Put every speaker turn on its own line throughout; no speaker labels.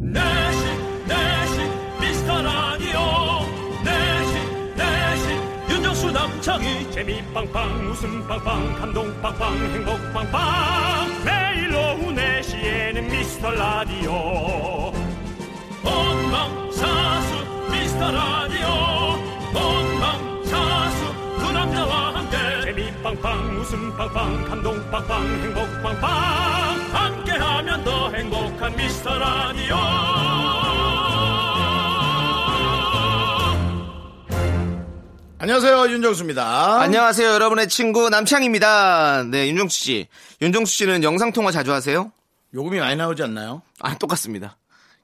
내식 내식 미스터 라디오 내식 내식 윤정수 남창희
재미 빵빵 웃음 빵빵 감동 빵빵 행복 빵빵 매일 오후 4시에는 미스터 라디오
본방사수 미스터 라디오 본방사수 그 남자와 함께
재미 빵빵 웃음 빵빵 감동 빵빵 행복 빵빵
함께하면 더 행복한 미스터 라디오
안녕하세요 윤정수입니다.
안녕하세요, 여러분의 친구 남창입니다. 네, 윤종수 씨. 윤종수 씨는 영상 통화 자주 하세요?
요금이 많이 나오지 않나요?
아, 똑같습니다.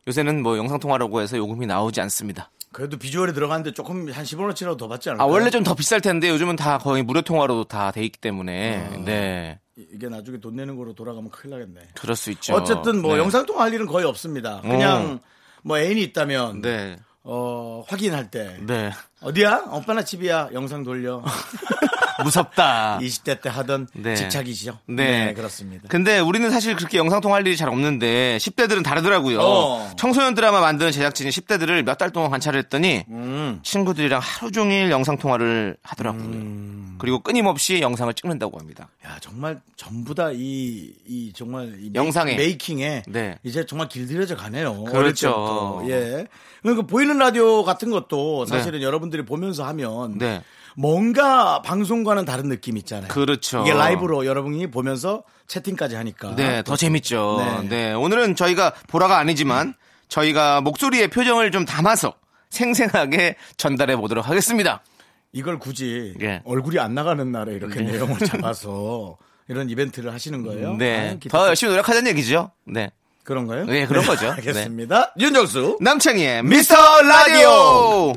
요새는 뭐 영상 통화라고 해서 요금이 나오지 않습니다.
그래도 비주얼이 들어가는데 조금 한 15원어치라도 더 받지
아,
않을까요?
원래 좀 더 비쌀 텐데 요즘은 다 거의 무료 통화로 다 돼 있기
아.
때문에 네.
이게 나중에 돈 내는 거로 돌아가면 큰일 나겠네.
그럴 수 있죠.
어쨌든 뭐
네. 어.
영상 통화할 일은 거의 없습니다. 그냥 뭐 애인이 있다면
네.
어, 확인할 때
네.
어디야? 오빠나 집이야. 영상 돌려.
무섭다.
20대 때 하던
네.
집착이죠.
네.
그렇습니다.
근데 우리는 사실 그렇게 영상 통화할 일이 잘 없는데 10대들은 다르더라고요.
어.
청소년 드라마 만드는 제작진이 10대들을 몇 달 동안 관찰을 했더니
음.
친구들이랑 하루 종일 영상 통화를 하더라고요.
음.
그리고 끊임없이 영상을 찍는다고 합니다.
야 정말 전부 다 이, 이 정말 이 메이-
영상에.
메이킹에
네.
이제 정말 길들여져 가네요.
그렇죠.
어릴 때부터. 예. 그러니까 보이는 라디오 같은 것도 사실은 여러분들이 보면서 하면
네.
뭔가 방송과는 다른 느낌 있잖아요.
그렇죠.
이게 라이브로 여러분이 보면서 채팅까지 하니까.
네, 더 재밌죠.
아, 네.
네. 오늘은 저희가 보라가 아니지만 저희가 목소리의 표정을 좀 담아서 생생하게 전달해 보도록 하겠습니다.
이걸 굳이
예.
얼굴이 안 나가는 날에 이렇게 내용을 잡아서 이런 이벤트를 하시는 거예요.
네.
아유, 기특-
더 열심히 노력하자는 얘기죠. 네.
그런가요?
네, 그런 거죠. 네.
알겠습니다. 윤정수.
남창희의 미스터 라디오!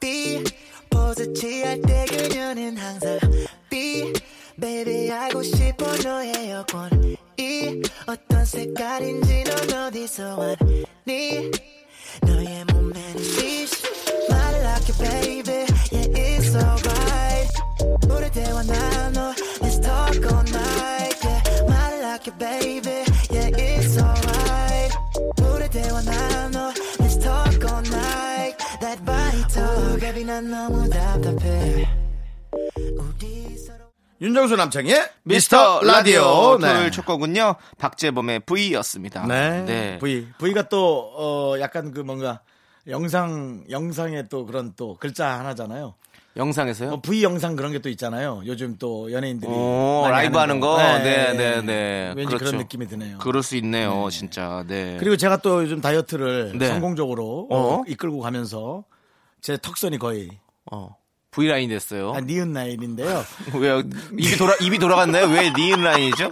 B 포즈 취할 때 그녀는 항상 B baby 알고 싶어 너의 여권 E 어떤 색깔인지 넌 어디서 왔니 너의 몸매는 B 말을 할게 baby yeah it's alright 우리 대화 나눠 let's talk all night yeah 말을 할게 baby yeah it's alright 우리 대화 나눠 let's talk all night that body talk baby 난 너무 답답해 우리 서로
윤정수 남창의
미스터 라디오
네.
토요일 첫 곡은요 박재범의 V였습니다.
네. V. V가 또, 어, 약간 그 뭔가 영상, 영상에 또 그런 또 글자 하나잖아요.
영상에서요.
뭐 V 영상 그런 게 또 있잖아요. 요즘 또 연예인들이.
어. 오,
많이
라이브 하는 거. 네, 네, 네.
왠지 그런
그렇죠.
느낌이 드네요.
그럴 수 있네요, 진짜. 네.
그리고 제가 또 요즘 다이어트를
네.
성공적으로
어?
이끌고 가면서 제 턱선이 거의
어. V 라인 됐어요.
한 니은 나인인데요.
왜요? 입이 돌아 입이 돌아갔나요? 왜 니은 라인이죠?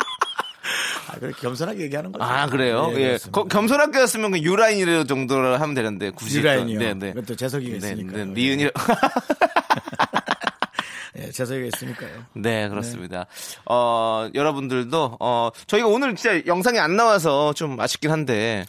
아, 그렇게 겸손하게 얘기하는 거죠.
아 그래요?
네,
예.
그렇습니다.
거- 겸손하게 했으면 그 유라인이라 정도로 하면 되는데 굳이 또-
유라인이요.
네, 네.
그것도 재석이가
네,
있으니까.
네, 니은이
예, 재석이가 있으니까요.
네 그렇습니다. 어 여러분들도 어 저희가 오늘 진짜 영상이 안 나와서 좀 아쉽긴 한데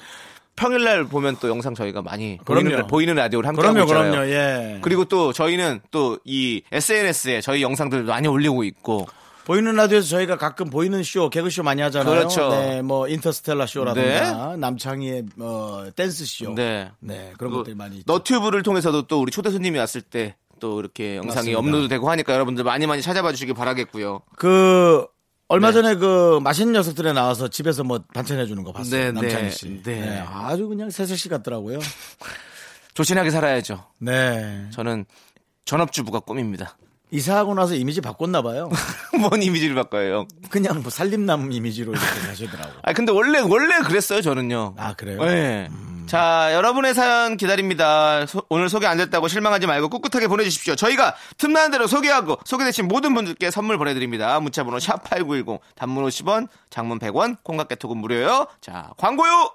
평일날 보면 또 영상 저희가 많이 보이는,
그럼요.
라- 보이는 라디오를 함께
그럼요,
하고 있잖아요.
그럼요. 예.
그리고 또 저희는 또 이 SNS에 저희 영상들 많이 올리고 있고
보이는 라디오에서 저희가 가끔 보이는 쇼, 개그쇼 많이 하잖아요.
그렇죠.
네, 뭐 인터스텔라 쇼라든가 남창희의 어, 댄스 쇼.
네.
네, 그런
그
것들이 많이 있죠.
너튜브를 통해서도 또 우리 초대 손님이 왔을 때 또 이렇게 영상이
맞습니다.
업로드되고 하니까 여러분들 많이 많이 찾아봐 주시기 바라겠고요.
그 얼마
네.
전에 그 맛있는 녀석들에 나와서 집에서 뭐 반찬 해주는 거 봤어요.
네,
남창희
네,
씨.
네.
아주 그냥 새색시 같더라고요.
조신하게 살아야죠.
네.
저는 전업주부가 꿈입니다.
이사하고 나서 이미지 바꿨나 봐요.
뭔 이미지를 바꿔요?
그냥 뭐 살림남 이미지로 이렇게 가시더라고요.
아 근데 원래 원래 그랬어요 저는요.
아, 그래요?
네. 자 여러분의 사연 기다립니다. 소- 오늘 소개 안 됐다고 실망하지 말고 꿋꿋하게 보내주십시오. 저희가 틈나는 대로 소개하고 소개되신 모든 분들께 선물 보내드립니다. 문자번호 샵 #8910 단문 50원, 장문 100원, 콩깍개톡은 무료예요. 자 광고요.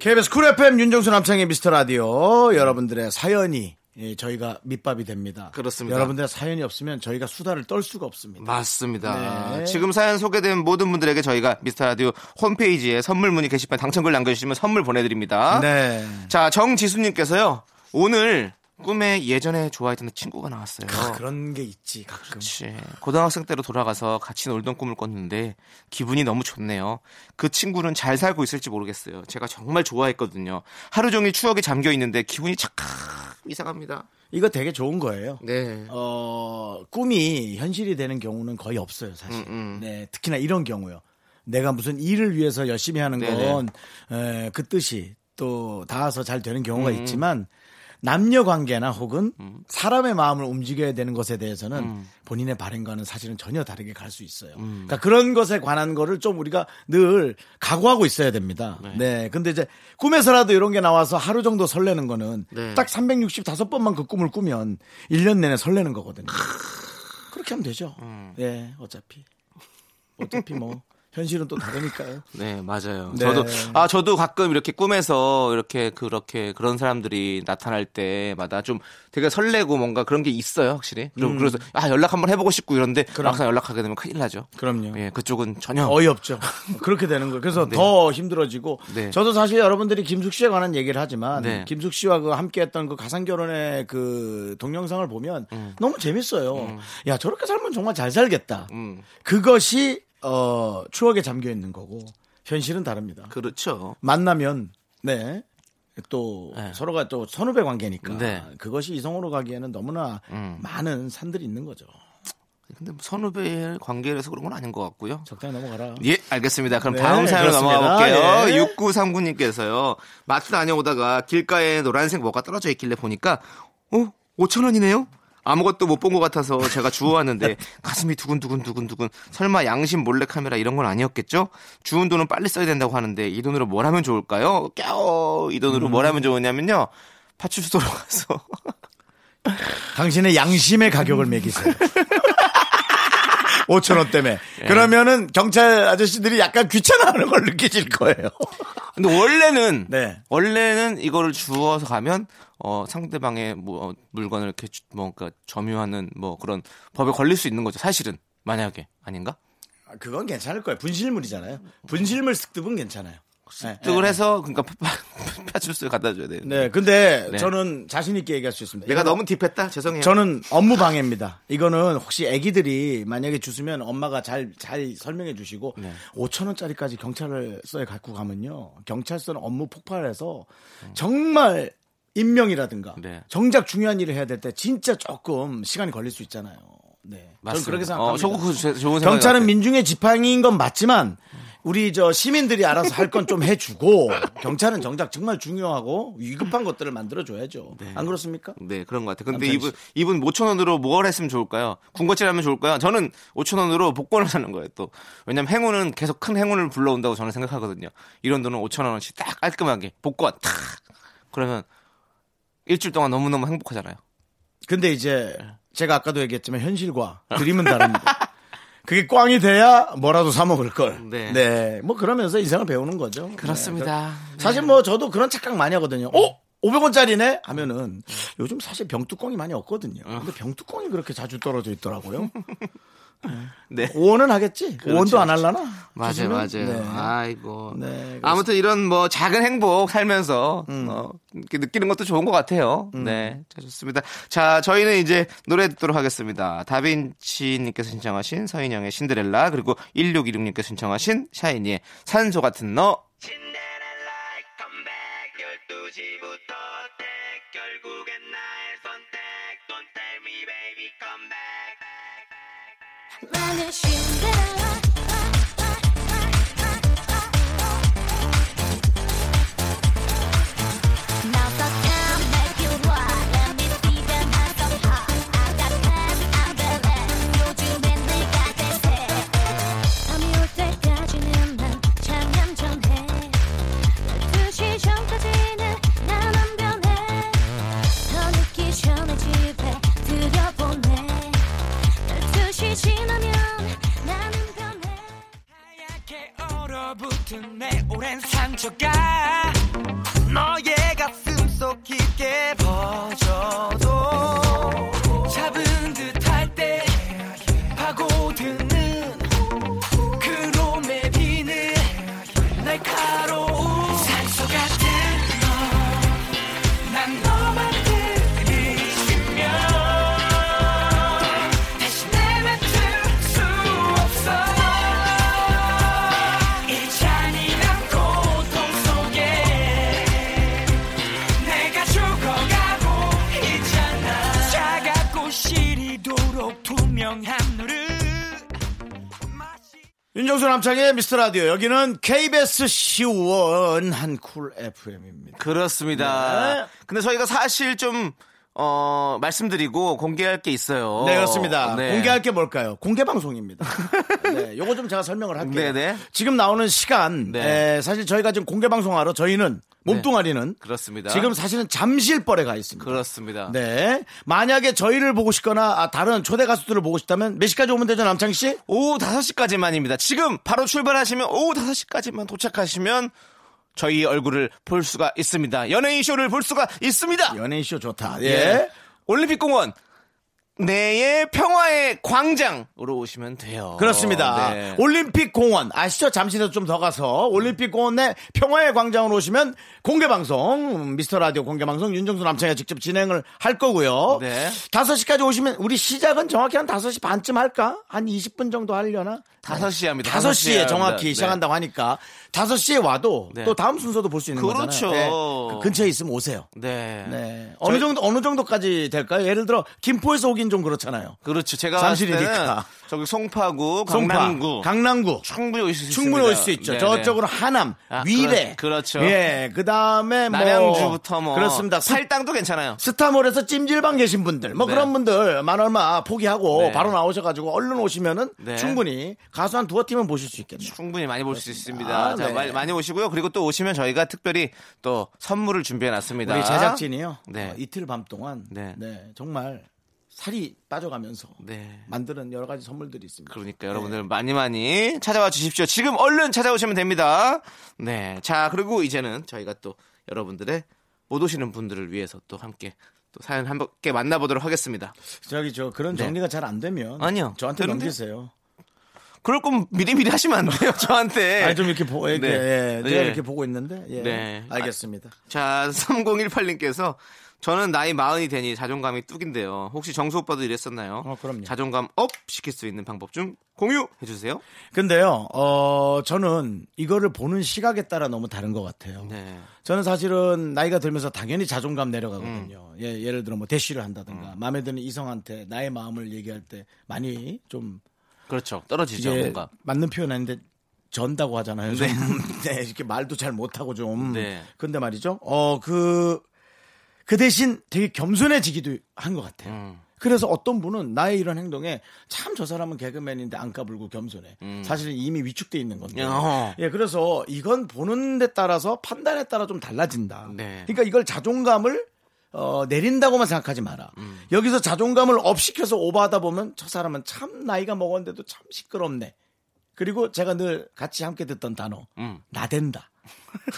KBS 쿨 FM 윤정수 남창희 미스터 라디오 여러분들의 사연이 예, 저희가 밑밥이 됩니다.
그렇습니다.
여러분들의 사연이 없으면 저희가 수다를 떨 수가 없습니다.
맞습니다.
네.
지금 사연 소개된 모든 분들에게 저희가 미스터 라디오 홈페이지에 선물 문의 게시판 당첨글 남겨주시면 선물 보내드립니다.
네.
자, 정지수님께서요. 오늘 꿈에 예전에 좋아했던 그렇죠. 친구가 나왔어요.
그런 게 있지 가끔.
그렇지. 고등학생 때로 돌아가서 같이 놀던 꿈을 꿨는데 기분이 너무 좋네요. 그 친구는 잘 살고 있을지 모르겠어요. 제가 정말 좋아했거든요. 하루 종일 추억에 잠겨 있는데 기분이 착각 이상합니다.
이거 되게 좋은 거예요.
네.
어, 꿈이 현실이 되는 경우는 거의 없어요, 사실.
음, 음.
네, 특히나 이런 경우요. 내가 무슨 일을 위해서 열심히 하는
네,
건, 에, 그 뜻이 또 닿아서 잘 되는 경우가
음,
있지만, 남녀 관계나 혹은 사람의 마음을 움직여야 되는 것에 대해서는 본인의 바램과는 사실은 전혀 다르게 갈 수 있어요. 그러니까 그런 것에 관한 거를 좀 우리가 늘 각오하고 있어야 됩니다. 네. 근데 이제 꿈에서라도 이런 게 나와서 하루 정도 설레는 거는
네.
딱 365번만 그 꿈을 꾸면 1년 내내 설레는 거거든요. 그렇게 하면 되죠. 예, 어차피. 어차피 뭐 현실은 또 다르니까요.
네, 맞아요.
네.
저도 아 저도 가끔 이렇게 꿈에서 이렇게 그렇게 그런 사람들이 나타날 때마다 좀 되게 설레고 뭔가 그런 게 있어요, 확실히. 그리고
음.
그래서 아 연락 한번 해보고 싶고 이런데 막상 연락하게 되면 큰일 나죠.
그럼요.
예, 그쪽은 전혀
어이없죠. 그렇게 되는 거예요. 그래서 더 힘들어지고
아, 네.
저도 사실 여러분들이 김숙 씨에 관한 얘기를 하지만
네.
김숙 씨와 그 함께했던 그 가상 결혼의 그 동영상을 보면
음.
너무 재밌어요. 야 저렇게 살면 정말 잘 살겠다.
음.
그것이 어, 추억에 잠겨 있는 거고 현실은 다릅니다.
그렇죠.
만나면 네 또
네.
서로가 또 선후배 관계니까
네.
그것이 이성으로 가기에는 너무나
음.
많은 산들이 있는 거죠.
근데 뭐 선후배의 관계라서 그런 건 아닌 것 같고요.
적당히 넘어가라.
예, 알겠습니다. 그럼
그렇죠. 네,
다음 사연으로
그렇습니다.
넘어가 볼게요.
예.
6939님께서요. 마트 다녀오다가 길가에 노란색 뭐가 떨어져 있길래 보니까 어? 5천 원이네요? 아무것도 못 본 것 같아서 제가 주워왔는데 가슴이 두근두근 두근두근 설마 양심 몰래 카메라 이런 건 아니었겠죠? 주운 돈은 빨리 써야 된다고 하는데 이 돈으로 뭘 하면 좋을까요? 깨어 이 돈으로
음.
뭘 하면 좋으냐면요 파출소로 가서
당신의 양심의 가격을 매기세요. 5천 원 때문에
예.
그러면은 경찰 아저씨들이 약간 귀찮아하는 걸 느끼실 거예요.
근데 원래는
네.
원래는 이거를 주워서 가면 어 상대방의 뭐 어, 물건을 이렇게 주- 뭐 그러니까 점유하는 뭐 그런 법에 걸릴 수 있는 거죠. 사실은 만약에 아닌가?
아, 그건 괜찮을 거예요. 분실물이잖아요. 분실물 습득은 괜찮아요. 예.
득을 해서 그러니까 파- 파- 파출소에 갖다 줘야 돼요.
네, 근데
네.
저는 자신 있게 얘기할 수 있습니다.
내가 너무 딥했다. 죄송해요.
저는 업무 방해입니다. 이거는 혹시 아기들이 만약에 주스면 엄마가 잘 잘 설명해 주시고
네.
5천 원짜리까지 경찰서에 갖고 가면요 경찰서는 업무 폭발해서 정말 인명이라든가
네.
정작 중요한 일을 해야 될 때 진짜 조금 시간이 걸릴 수 있잖아요. 네, 저는 그렇게
어,
생각합니다.
저거 그 제- 좋은 생각.
경찰은 민중의 지팡이인 건 맞지만 우리 저 시민들이 알아서 할 건 좀 해주고 경찰은 정작 정말 중요하고 위급한 것들을 만들어 줘야죠. 안 그렇습니까?
네 그런 것 같아요. 근데
남편이-
이분 이분 5천 원으로 뭘 했으면 좋을까요? 군것질하면 좋을까요? 저는 5천 원으로 복권을 사는 거예요. 또 왜냐면 행운은 계속 큰 행운을 불러온다고 저는 생각하거든요. 이런 돈은 5천 원씩 딱 깔끔하게 복권 탁 그러면 일주일 동안 너무 너무 행복하잖아요.
네, 근데 이제 제가 아까도 얘기했지만 현실과 그림은 다릅니다. 그게 꽝이 돼야 뭐라도 사 먹을 걸.
네.
네. 뭐 그러면서 인생을 배우는 거죠. 네.
그렇습니다.
사실 뭐 저도 그런 착각 많이 하거든요. 어? 500원짜리네? 하면은 요즘 사실 병뚜껑이 많이 없거든요.
어.
근데 병뚜껑이 그렇게 자주 떨어져 있더라고요.
네.
5원은 하겠지?
그렇죠,
5원도 안 할라나?
맞아요,
주시면?
맞아요.
네.
아이고.
네, 그렇습니다.
아무튼 이런 뭐 작은 행복 살면서
음.
어, 이렇게 느끼는 것도 좋은 것 같아요. 네, 자, 좋습니다. 자, 저희는 이제 노래 듣도록 하겠습니다. 다빈치님께서 신청하신 서인영의 신데렐라 그리고 1616님께서 신청하신 샤이니의 산소 같은 너.
나는 신데렐라 Now the time make you want Let me see them as I'm hot I got time, I'm ready 요즘엔 내가 대세 밤이 올 때까지는 난 장난 좀해 12시 전까지는 난 안 변해 더 늦기 전에 집에 들여보내 12시 지나면 나는 변해
하얗게 얼어붙은 내 오랜 상처가 너의 가슴 속 깊게 퍼져도
윤정수 남창의 미스터 라디오. 여기는 KBS 시원한 쿨 FM입니다.
그렇습니다.
네.
근데 저희가 사실 좀, 어, 말씀드리고 공개할 게 있어요.
네, 그렇습니다.
네.
공개할 게 뭘까요? 공개 방송입니다. 네, 요거 좀 제가 설명을 할게요.
네네.
지금 나오는 시간,
네.
에, 사실 저희가 지금 공개 방송하러 저희는 몸뚱아리는
그렇습니다.
지금 사실은 잠실벌에 가 있습니다.
그렇습니다.
네. 만약에 저희를 보고 싶거나 아, 다른 초대 가수들을 보고 싶다면 몇 시까지 오면 되죠, 남창희 씨?
오후 5시까지만입니다. 지금 바로 출발하시면 오후 5시까지만 도착하시면 저희 얼굴을 볼 수가 있습니다. 연예인 쇼를 볼 수가 있습니다.
연예인 쇼 좋다. 예.
예. 올림픽공원 내의 평화의 광장으로 오시면 돼요.
어, 그렇습니다.
네.
올림픽 공원 아시죠? 잠시라도 좀 더 가서 올림픽 공원 내 평화의 광장으로 오시면 공개 방송 음, 미스터 라디오 공개 방송 윤정수 남창이가 직접 진행을 할 거고요.
네.
5시까지 오시면 우리 시작은 정확히 한 5시 반쯤 할까? 한 20분 정도 하려나?
다섯 시에 합니다.
다섯
다섯 시에
시에 정확히
합니다.
시작한다고 하니까 다섯 시에 와도
네.
또 다음 순서도 볼 수 있는
그렇죠.
거잖아요. 네. 그 근처에 있으면 오세요.
네.
네. 어느 정도 어느 정도까지 될까요? 예를 들어 김포에서 오긴 좀 그렇잖아요.
그렇죠. 제가 봤을
잠실이니까.
때는 저기 송파구,
송파,
강남구
강남구.
충분히 오실 수
충분히 올 수 있죠.
있습니다. 네,
저쪽으로 하남,
아,
위례.
그렇죠.
예, 그 다음에
네.
뭐.
남양주부터 뭐
그렇습니다. 스-
팔당도 괜찮아요.
스타몰에서 찜질방 계신 분들, 뭐
네.
그런 분들, 만 얼마 포기하고
네.
바로 나오셔가지고 얼른 오시면은
네.
충분히 가수 한 두어 팀은 보실 수 있겠네요.
충분히 많이 볼 수 있습니다.
아,
자,
네.
많이, 많이 오시고요. 그리고 또 오시면 저희가 특별히 또 선물을 준비해 놨습니다.
우리 제작진이요.
네.
어, 이틀 밤 동안.
네.
네. 정말 살이 빠져가면서.
네.
만드는 여러 가지 선물들이 있습니다.
그러니까 여러분들 많이 많이 찾아와 주십시오. 지금 얼른 찾아오시면 됩니다. 네. 자, 그리고 이제는 저희가 또 여러분들의 못 오시는 분들을 위해서 또 함께 또 사연 함께 만나보도록 하겠습니다.
저기 저 그런
네.
정리가 잘 안 되면
아니요.
저한테
되는데?
넘기세요.
그럴 거면 미리미리 하시면 안 돼요, 저한테.
아니 좀 이렇게 보, 이렇게,
네.
예, 제가
네.
이렇게 보고 있는데 예.
네.
알겠습니다.
자, 3018님께서 저는 나이 마흔이 되니 자존감이 뚝인데요. 혹시 정수 오빠도 이랬었나요?
어, 그럼요.
자존감 업 시킬 수 있는 방법 좀 공유해 주세요.
근데요, 어, 저는 이거를 보는 시각에 따라 너무 다른 것 같아요.
네.
저는 사실은 나이가 들면서 당연히 자존감 내려가거든요. 예, 예를 들어 뭐 대시를 한다든가 마음에 드는 이성한테 나의 마음을 얘기할 때 많이 좀
그렇죠. 떨어지죠,
이게
뭔가.
맞는 표현 아닌데 전다고 하잖아요. 네. 네, 이렇게 말도 잘 못하고 좀.
네.
근데 말이죠. 어, 그, 그 대신 되게 겸손해지기도 한 것 같아요.
음.
그래서 어떤 분은 나의 이런 행동에 참 저 사람은 개그맨인데 안 까불고 겸손해. 사실은 이미 위축돼 있는 건데.
음. 어.
예, 그래서 이건 보는 데 따라서 판단에 따라 좀 달라진다.
네.
그러니까 이걸 자존감을 어, 내린다고만 생각하지 마라.
음.
여기서 자존감을 업시켜서 오버하다 보면 저 사람은 참 나이가 먹었는데도 참 시끄럽네. 그리고 제가 늘 같이 함께 듣던 단어,
음.
나댄다.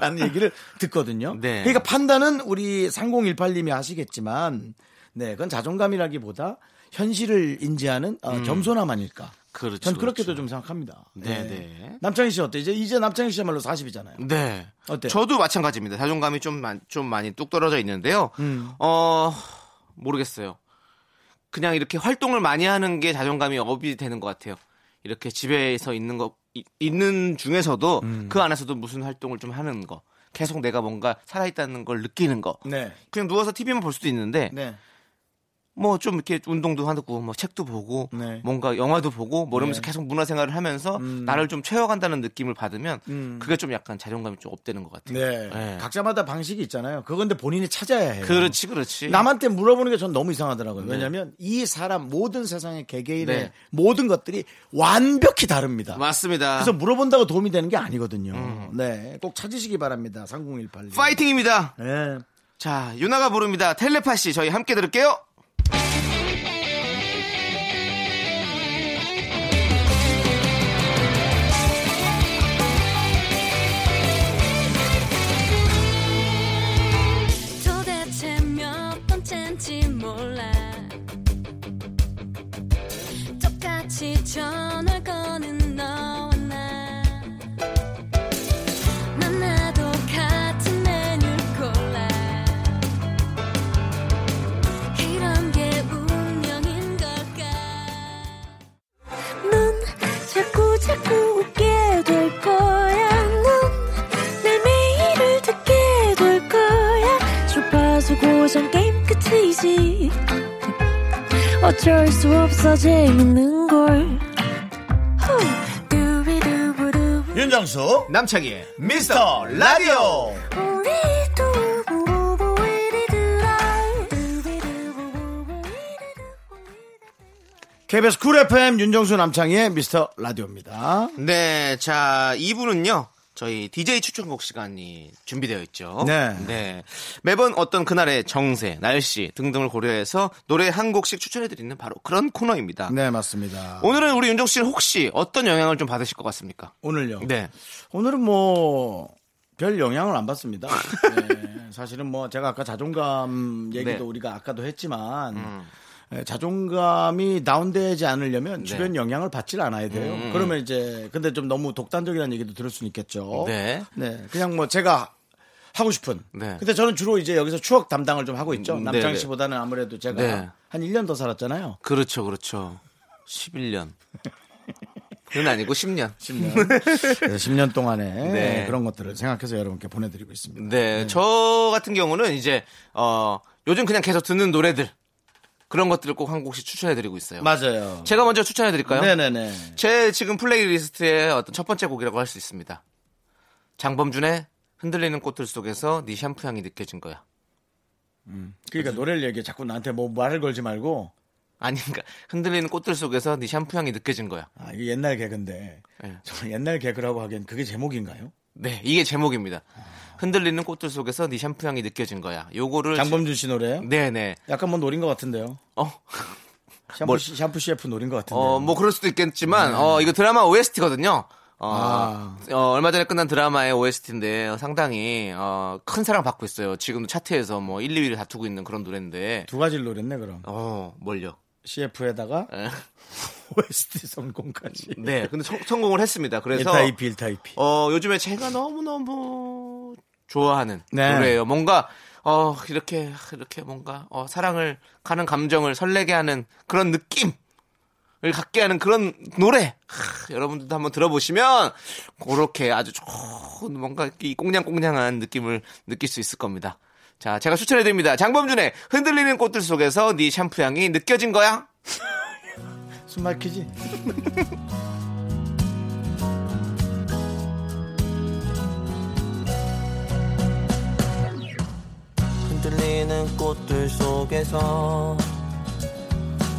라는 얘기를 듣거든요.
네.
그러니까 판단은 우리 3018님이 하시겠지만, 네, 그건 자존감이라기보다 현실을 인지하는
음.
어, 겸손함 아닐까.
그렇죠,
전 그렇게도
그렇죠.
좀 생각합니다.
네,
예.
네.
남창희 씨 어때? 이제, 이제 남창희 씨야말로 40이잖아요.
네.
어때요?
저도 마찬가지입니다. 자존감이 좀, 많- 좀 많이 뚝 떨어져 있는데요.
음.
어, 모르겠어요. 그냥 이렇게 활동을 많이 하는 게 자존감이 업이 되는 것 같아요. 이렇게 집에서 있는 거, 이- 있는 중에서도
음.
그 안에서도 무슨 활동을 좀 하는 거. 계속 내가 뭔가 살아있다는 걸 느끼는 거.
네.
그냥 누워서 TV만 볼 수도 있는데
네.
뭐 좀 이렇게 운동도 하고 뭐 책도 보고
네.
뭔가 영화도 보고 뭐 이러면서
네. 음.
계속 문화생활을 하면서 나를 좀 채워간다는 느낌을 받으면 그게 좀 약간 자존감이 좀 업되는 것 같아요.
네.
네.
각자마다 방식이 있잖아요. 그건데 본인이 찾아야 해요.
그렇지, 그렇지.
남한테 물어보는 게 전 너무 이상하더라고요. 왜냐하면 이 사람 모든 세상의 개개인의
네.
모든 것들이 완벽히 다릅니다.
맞습니다.
그래서 뭐- 물어본다고 도움이 되는 게 아니거든요. 네, 꼭 찾으시기 바랍니다. 3018.
음. 파이팅입니다.
네.
자, 유나가 부릅니다. 텔레파시 저희 함께 들을게요.
도대체 몇 번째인지 몰라 똑같이 전화 거는 너와 나 만나도 같은 메뉴를 골라 이런 게 운명인 걸까 넌 자꾸 자꾸 웃게 될 거야 넌내 매일을 듣게 될 거야 주파수 고정 게임 끝이지 어쩔 수 없어 재밌는 걸 후.
윤정수
남창희의 어,
미스터 라디오
KBS 쿨 FM 윤정수 남창희의 미스터 라디오입니다.
네, 자, 2부는요. 저희 DJ 추천곡 시간이 준비되어 있죠.
네.
매번 어떤 그날의 정세, 날씨 등등을 고려해서 노래 한 곡씩 추천해드리는 바로 그런 코너입니다.
네, 맞습니다.
아. 오늘은 우리 윤종 씨는 혹시 어떤 영향을 좀 받으실 것 같습니까?
오늘요.
네.
오늘은 뭐 별 영향을 안 받습니다. 네, 사실은 뭐 제가 아까 자존감 얘기도
네. 음.
우리가 아까도 했지만 에, 자존감이 다운되지
네.
않으려면 주변 영향을 받질 않아야 돼요.
음.
그러면 이제 근데 좀 너무 독단적이라는 얘기도 들을 수는 있겠죠.
네.
그냥 뭐 제가 하고 싶은.
네.
근데 저는 주로 이제 여기서 추억 담당을 좀 하고 있죠.
음,
남창
네네.
씨보다는 아무래도 제가
네.
한 1년 더 살았잖아요.
그렇죠, 그렇죠. 11년. 그건 아니고 10년.
네, 10년 동안에
네.
그런 것들을 생각해서 여러분께 보내드리고 있습니다.
네, 저 같은 경우는 이제 어 요즘 그냥 계속 듣는 노래들 그런 것들을 꼭 한 곡씩 추천해드리고 있어요.
맞아요.
제가 먼저 추천해드릴까요?
네네네.
제 지금 플레이리스트의 어떤 첫 번째 곡이라고 할 수 있습니다. 장범준의 흔들리는 꽃들 속에서 네 샴푸 향이 느껴진 거야. 네.
그러니까 노래를 얘기해. 자꾸 나한테 뭐 말을 걸지 말고.
아니, 그러니까 흔들리는 꽃들 속에서 네 샴푸 향이 느껴진 거야.
아, 이게 옛날 개그인데.
예.
저 옛날 개그라고 하기엔 그게 제목인가요?
네, 이게 제목입니다. 흔들리는 꽃들 속에서 네 샴푸 향이 느껴진 거야. 요거를
장범준 씨 노래.
네, 네.
약간 뭐 노린 것 같은데요.
어,
샴푸,
뭘.
시- 샴푸 CF 노린 것 같은데.
어,
요 네.
뭐 그럴 수도 있겠지만, 어, 이거 드라마 OST거든요. 어,
아.
어, 얼마 전에 끝난 드라마의 OST인데 상당히 어, 큰 사랑 받고 있어요. 지금도 차트에서 뭐 1, 2위를 다투고 있는 그런 노래인데.
두 가지를 노렸네, 그럼.
어, 뭘요?
CF에다가
에.
OST 성공까지.
네, 근데 성, 성공을 했습니다. 그래서
1타입이, 1타입이.
어, 요즘에 제가 너무너무 좋아하는
네.
노래예요. 뭔가 어, 이렇게 이렇게 뭔가 어, 사랑을 가는 감정을 설레게 하는 그런 느낌을 갖게 하는 그런 노래. 하, 여러분들도 한번 들어보시면 그렇게 아주 좋은 뭔가 이 꽁냥꽁냥한 느낌을 느낄 수 있을 겁니다. 자, 제가 추천해 드립니다. 장범준의 흔들리는 꽃들 속에서 네 샴푸 향이 느껴진 거야.
숨 막히지?
흔들리는 꽃들 속에서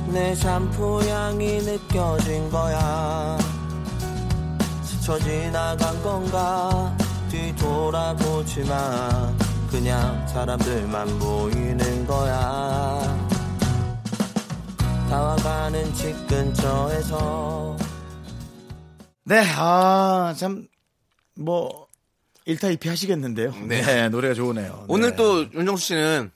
내 샴푸 향이 느껴진 거야 스쳐 지나간 건가 뒤돌아보지 마 그냥 사람들만 보이는 거야 다와가는 집 근처에서
네, 아, 참, 뭐, 1타입이 하시겠는데요. 네. 노래가 좋으네요.
오늘
네.
또 윤정수 씨는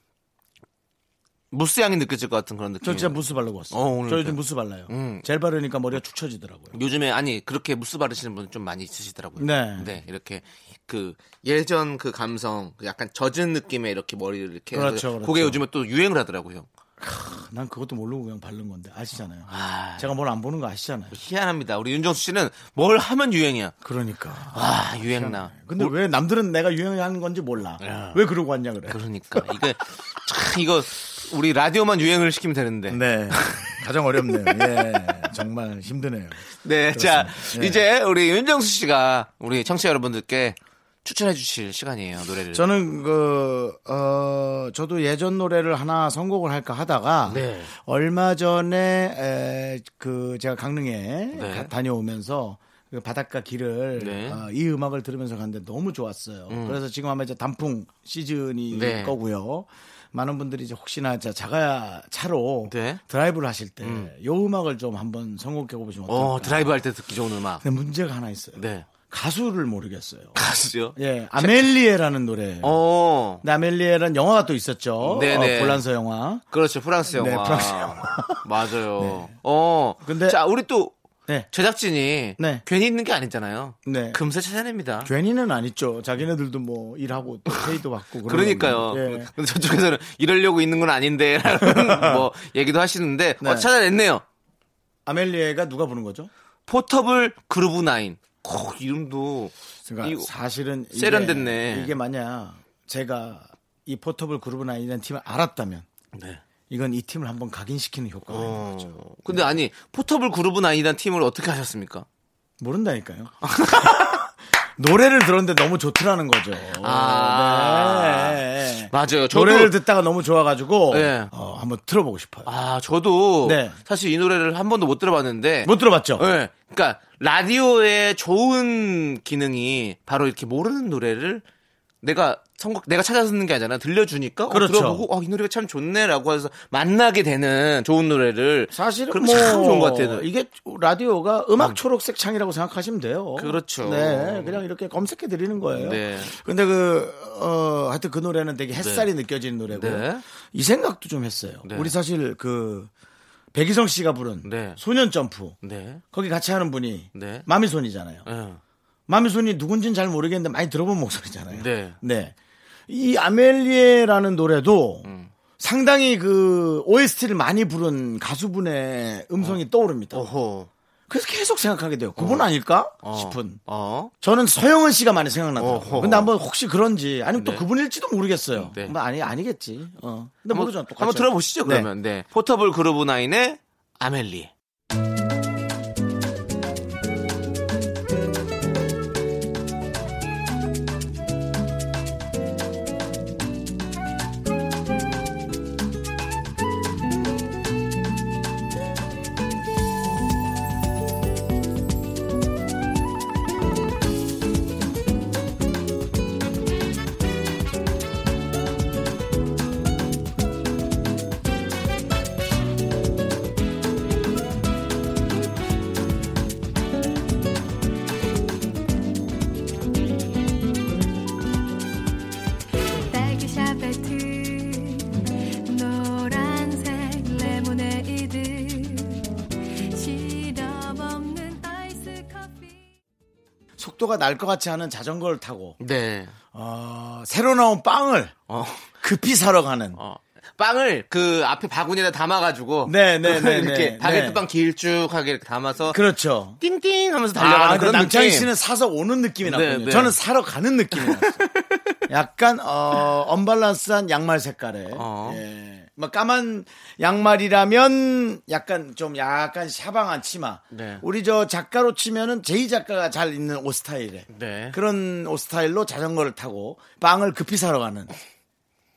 무스 향이 느껴질 것 같은 그런 느낌.
저 진짜 무스 바르고 왔어요.
어, 오늘
저 요즘
어때요?
무스 발라요.
음.
젤 바르니까 머리가 축 처지더라고요.
요즘에 아니 그렇게 무스 바르시는 분 좀 많이 있으시더라고요.
네.
이렇게 그 예전 그 감성, 그 약간 젖은 느낌의 이렇게 머리를 이렇게.
그렇죠,
해서
그렇죠.
그게 요즘에 또 유행을 하더라고요.
난 그것도 모르고 그냥 바른 건데 아시잖아요.
아,
제가 뭘 안 보는 거 아시잖아요.
희한합니다. 우리 윤정수 씨는 뭘 하면 유행이야.
그러니까. 뭐-
아, 유행나.
근데 왜 남들은 내가 유행하는 건지 몰라. 왜 그러고 왔냐 그래.
그러니까 이게 참 이거 우리 라디오만 유행을 시키면 되는데.
네. 가장 어렵네요. 예. 정말 힘드네요.
네, 자
그렇습니다. 네.
이제 우리 윤정수 씨가 우리 청취자 여러분들께 추천해 주실 시간이에요 노래를.
저는 그, 어, 저도 예전 노래를 하나 선곡을 할까 하다가
네.
얼마 전에 에, 그 제가 강릉에
네.
가- 다녀오면서 그 바닷가 길을
네. 음.
어, 이 음악을 들으면서 갔는데 너무 좋았어요. 그래서 지금 아마 이제 단풍 시즌일
네.
거고요. 많은 분들이 이제 혹시나 자- 자가 차로
네.
드라이브를 하실 때 이 음악을 좀 한번 선곡해 보시면 어떨까?
어 드라이브 할 때 듣기 좋은 음악.
근데 문제가 하나 있어요.
네.
가수를 모르겠어요.
가수죠.
예, 아멜리에라는 노래.
어
근데 아멜리에라는 영화가 또 있었죠.
네네.
어, 볼란서 영화.
그렇죠 프랑스 영화.
네, 프랑스 영화. 네.
맞아요. 어 근데
근데-
자 우리 또
네.
제작진이
네.
괜히 있는 게 아니잖아요.
네.
금세 찾아냅니다.
괜히는 안 있죠. 자기네들도 뭐 일하고 또 페이도 받고 그런
그러니까요.
건데. 예.
근데 저쪽에서는 이러려고 있는 건 아닌데라는 뭐 얘기도 하시는데 어,
네.
찾아냈네요.
아멜리에가 누가 부른 거죠?
포터블 그루브 나인. 콕 이름도
그러니까
이거
사실은 이게-
세련됐네.
이게 만약 제가 이 포터블 그룹은 아니라는 팀을 알았다면
네.
이건 이 팀을 한번 각인시키는 효과가 있는 거죠.
어, 근데 아니 포터블 그룹은 아니란 팀을 어떻게 하셨습니까?
모른다니까요. 노래를 들었는데 너무 좋더라는 거죠.
아.
네.
맞아요. 저도-
노래를 듣다가 너무 좋아가지고
네.
어, 한번 틀어보고 싶어요.
아, 저도
네.
사실 이 노래를 한 번도 못 들어봤는데.
못 들어봤죠?
예. 그러니까 라디오의 좋은 기능이 바로 이렇게 모르는 노래를 내가 선곡 내가 찾아 듣는 게 아니잖아. 들려주니까 어,
그렇죠.
들어보고 어, 이 노래가 참 좋네라고 해서 만나게 되는 좋은 노래를
사실은
그럼
뭐
참 좋은 것 같아요.
이게 라디오가 음악 초록색 창이라고 생각하시면 돼요.
그렇죠.
네, 그냥 이렇게 검색해 드리는 거예요.
네.
근데 그 어, 하여튼 그 노래는 되게 햇살이 느껴지는 노래고
네.
요이 생각도 좀 했어요.
네.
우리 사실 그 백이성 씨가 부른
네.
소년 점프
네.
거기 같이 하는 분이
네.
마미손이잖아요.
예.
마미손이 누군지는 잘 모르겠는데 많이 들어본 목소리잖아요.
네.
이 아멜리에라는 노래도
음.
상당히 그 OST를 많이 부른 가수분의 음성이 떠오릅니다.
어. 어허.
그래서 계속 생각하게 돼요. 그분 아닐까
어.
싶은.
어.
저는 서영은 씨가 많이 생각나더라고요.
어허.
근데 한번 혹시 그런지 아니면
네.
또 그분일지도 모르겠어요.
네.
뭐 아니 아니겠지. 어. 근데
한번,
모르죠. 똑같이.
한번 들어보시죠
네.
그러면. 네. 포터블 그루브 나인의 아멜리.
딸기샤베트 노란색 레모네이드 시럽 없는 아이스 커피
속도가 날 것 같이 하는 자전거를 타고
네.
어, 새로 나온 빵을
어.
급히 사러 가는
어. 빵을 그 앞에 바구니에다 담아가지고
네, 네,
그걸
네, 네,
이렇게
네.
바게트빵 길쭉하게 이렇게 담아서
그렇죠.
띵띵 하면서 달려가는
아, 그
그런
남창희
느낌.
씨는 사서 오는 느낌이
네,
났거든요.
네.
저는 사러 가는 느낌이 났어요. 약간 어 언밸런스한 양말 색깔에
어.
예. 막 까만 양말이라면 약간 좀 약간 샤방한 치마.
네.
우리 저 작가로 치면은 제이 작가가 잘 입는 옷 스타일에
네.
그런 옷 스타일로 자전거를 타고 빵을 급히 사러 가는.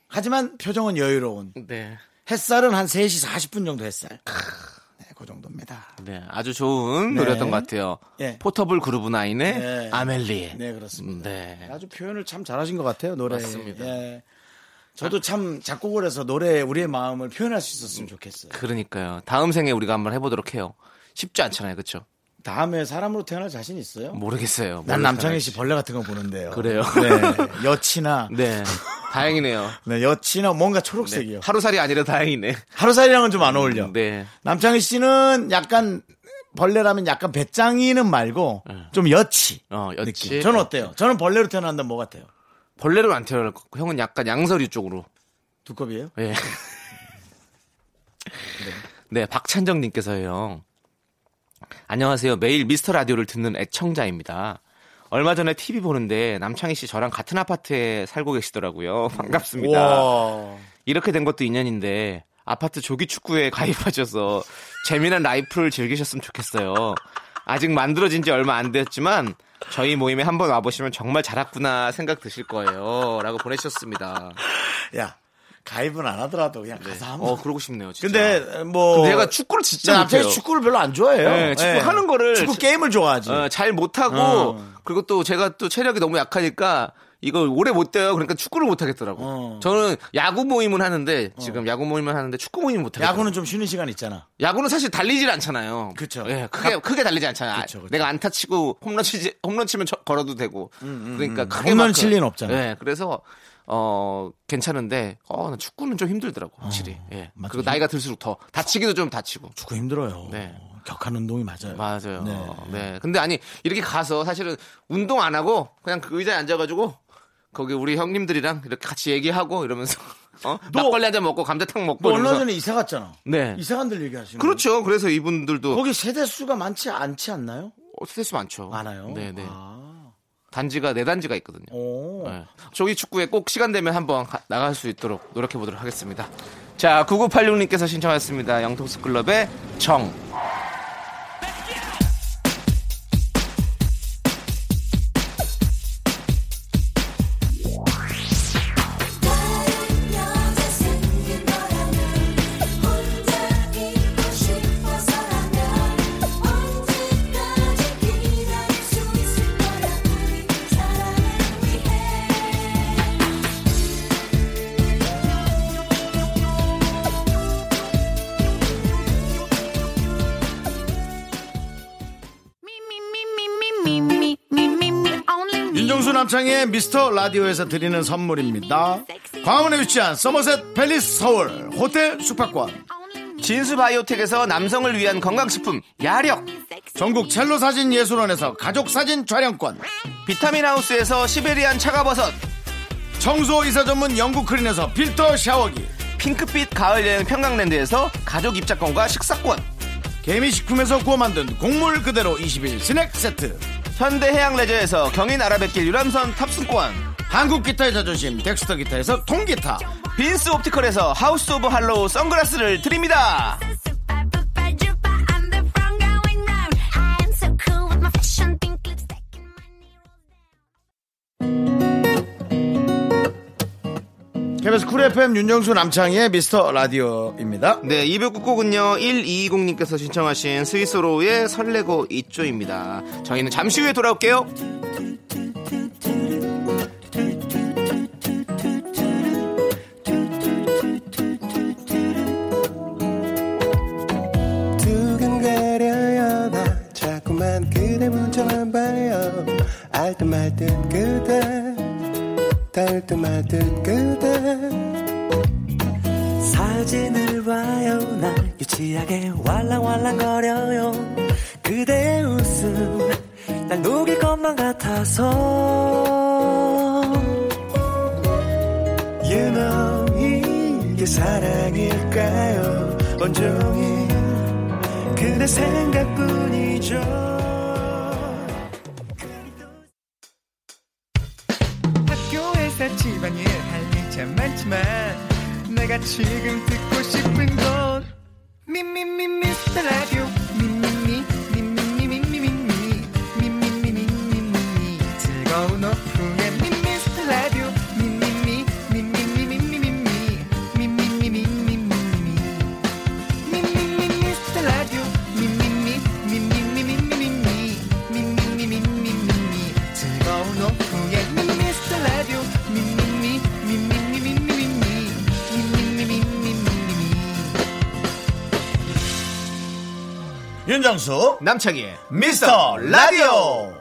하지만 표정은 여유로운.
네.
햇살은 한 3시 40분 정도 햇살. 크, 네, 그 정도입니다.
네, 아주 좋은
네.
노래였던 것 같아요.
예.
포터블 그루브 나인의
네.
아멜리.
네, 그렇습니다.
네.
아주 표현을 참 잘하신 것 같아요 노래.
맞습니다.
예. 저도 참 작곡을 해서 노래에 우리의 마음을 표현할 수 있었으면 좋겠어요.
그러니까요. 다음 생에 우리가 한번 해보도록 해요. 쉽지 않잖아요, 그렇죠?
다음에 사람으로 태어날 자신 있어요?
뭐, 모르겠어요.
난
모르겠어요.
네, 남창희 씨 벌레 같은 거 보는데요.
그래요?
네. 여치나
네, 다행이네요.
네, 여치나 뭔가
네.
초록색이요.
하루살이 아니라 다행이네.
하루살이랑은 좀 안 어울려.
네.
남창희 씨는 약간 벌레라면 약간 배짱이는 말고
네.
좀 여치.
어, 여치.
느낌. 저는 어때요? 저는 벌레로 태어난다 뭐 같아요?
벌레로 안 태어날 것 같고, 형은 약간 양서류 쪽으로.
두꺼비예요?
예. 네, 박찬정님께서요. 안녕하세요. 매일 미스터 라디오를 듣는 애청자입니다. 얼마 전에 TV 보는데 남창희 씨 저랑 같은 아파트에 살고 계시더라고요. 반갑습니다.
우와.
이렇게 된 것도 인연인데 아파트 조기 축구에 가입하셔서 재미난 라이프를 즐기셨으면 좋겠어요. 아직 만들어진 지 얼마 안 됐지만 저희 모임에 한번 와보시면 정말 잘했구나 생각 드실 거예요. 라고 보내셨습니다.
야 가입은 안 하더라도 그냥 가서 하면
어, 그러고 싶네요. 진짜.
근데 뭐
근데 얘가 축구를 진짜
남편이
못해요.
축구를 별로 안 좋아해요.
네, 축구 하는 거를
축구
진-
게임을 좋아하지.
어, 잘 못하고
예. 어.
그리고 또 제가 또 체력이 너무 약하니까 이거 오래 못 돼요. 그러니까 축구를 못 하겠더라고.
어.
요 저는 야구 모임은 하는데 지금 야구 모임은 하는데 축구 모임 못 하겠어요.
야구는 좀 쉬는 시간 있잖아.
야구는 사실 달리질 않잖아요.
그쵸.
예, 크게 크게 달리지 않잖아요.
그쵸, 그쵸.
내가 안타 치고 홈런 치지 홈런 치면 쳐- 걸어도 되고. 그러니까 크게
음, 홈런
막
칠 리는 없잖아요.
예, 그래서 어 괜찮은데 어, 나 축구는 좀 힘들더라고 확실히. 예.
어, 맞죠.
그리고 나이가 들수록 더 다치기도 좀 다치고.
축구 힘들어요.
네.
격한 운동이 맞아요.
맞아요.
네.
네. 근데 아니 이렇게 가서 사실은 운동 안 하고 그냥 그 의자에 앉아가지고 거기 우리 형님들이랑 이렇게 같이 얘기하고 이러면서 어?
너-
막걸리 한 잔 먹고 감자탕 먹고
또 얼마
이러면서
전에 이사 갔잖아.
네.
이사간들 얘기하시는 거예요?
그렇죠. 그래서 이분들도
거기 세대 수가 많지 않지 않나요?
어, 스트레스 많죠.
많아요. 어.
네네.
아.
단지가 네 단지가 있거든요.
오.
네. 조기 축구에 꼭 시간 되면 한번 가- 나갈 수 있도록 노력해 보도록 하겠습니다. 자, 9986님께서 신청하셨습니다. 영통스 클럽의 정.
남창희의 미스터 라디오에서 드리는 선물입니다. 광화문에 위치한 서머셋 팰리스 서울 호텔 숙박권
진수 바이오텍에서 남성을 위한 건강식품 야력
전국 첼로 사진 예술원에서 가족 사진 촬영권
비타민 하우스에서 시베리안 차가버섯
청소 이사 전문 영국 크린에서 필터 샤워기
핑크빛 가을여행 평강랜드에서 가족 입장권과 식사권
개미식품에서 구워 만든 곡물 그대로 21 스낵 세트
현대해양레저에서 경인아라뱃길 유람선 탑승권
한국 기타의 자존심 덱스터 기타에서 통기타
빈스 옵티컬에서 하우스 오브 할로우 선글라스를 드립니다
KBS 쿨 FM 윤정수 남창희의 미스터 라디오입니다.
네, 200 곡곡은요, 1220님께서 신청하신 스위스로우의 설레고 있죠입니다. 저희는 잠시 후에 돌아올게요.
두근거려요 나 자꾸만 그대 문자만 봐요 알듯 말듯 그대 덜듯 말듯 그대 사진을 봐요 나 유치하게 왈랑왈랑거려요 그대의 웃음 날 녹일 것만 같아서 You know 이게 사랑일까요 온종일 그대 생각뿐이죠.
학교에서 집안일 할 일 참 많지만 내가 지금 듣고 싶은 건 미미미 미스터 라디오 미미미 미미미 미미미 미미미 미미미 미미미 즐거운 오후에 미스터 라디오 미미미 미미미 미미미 미미미 미미미 미미미
윤정수
남창희의
미스터 라디오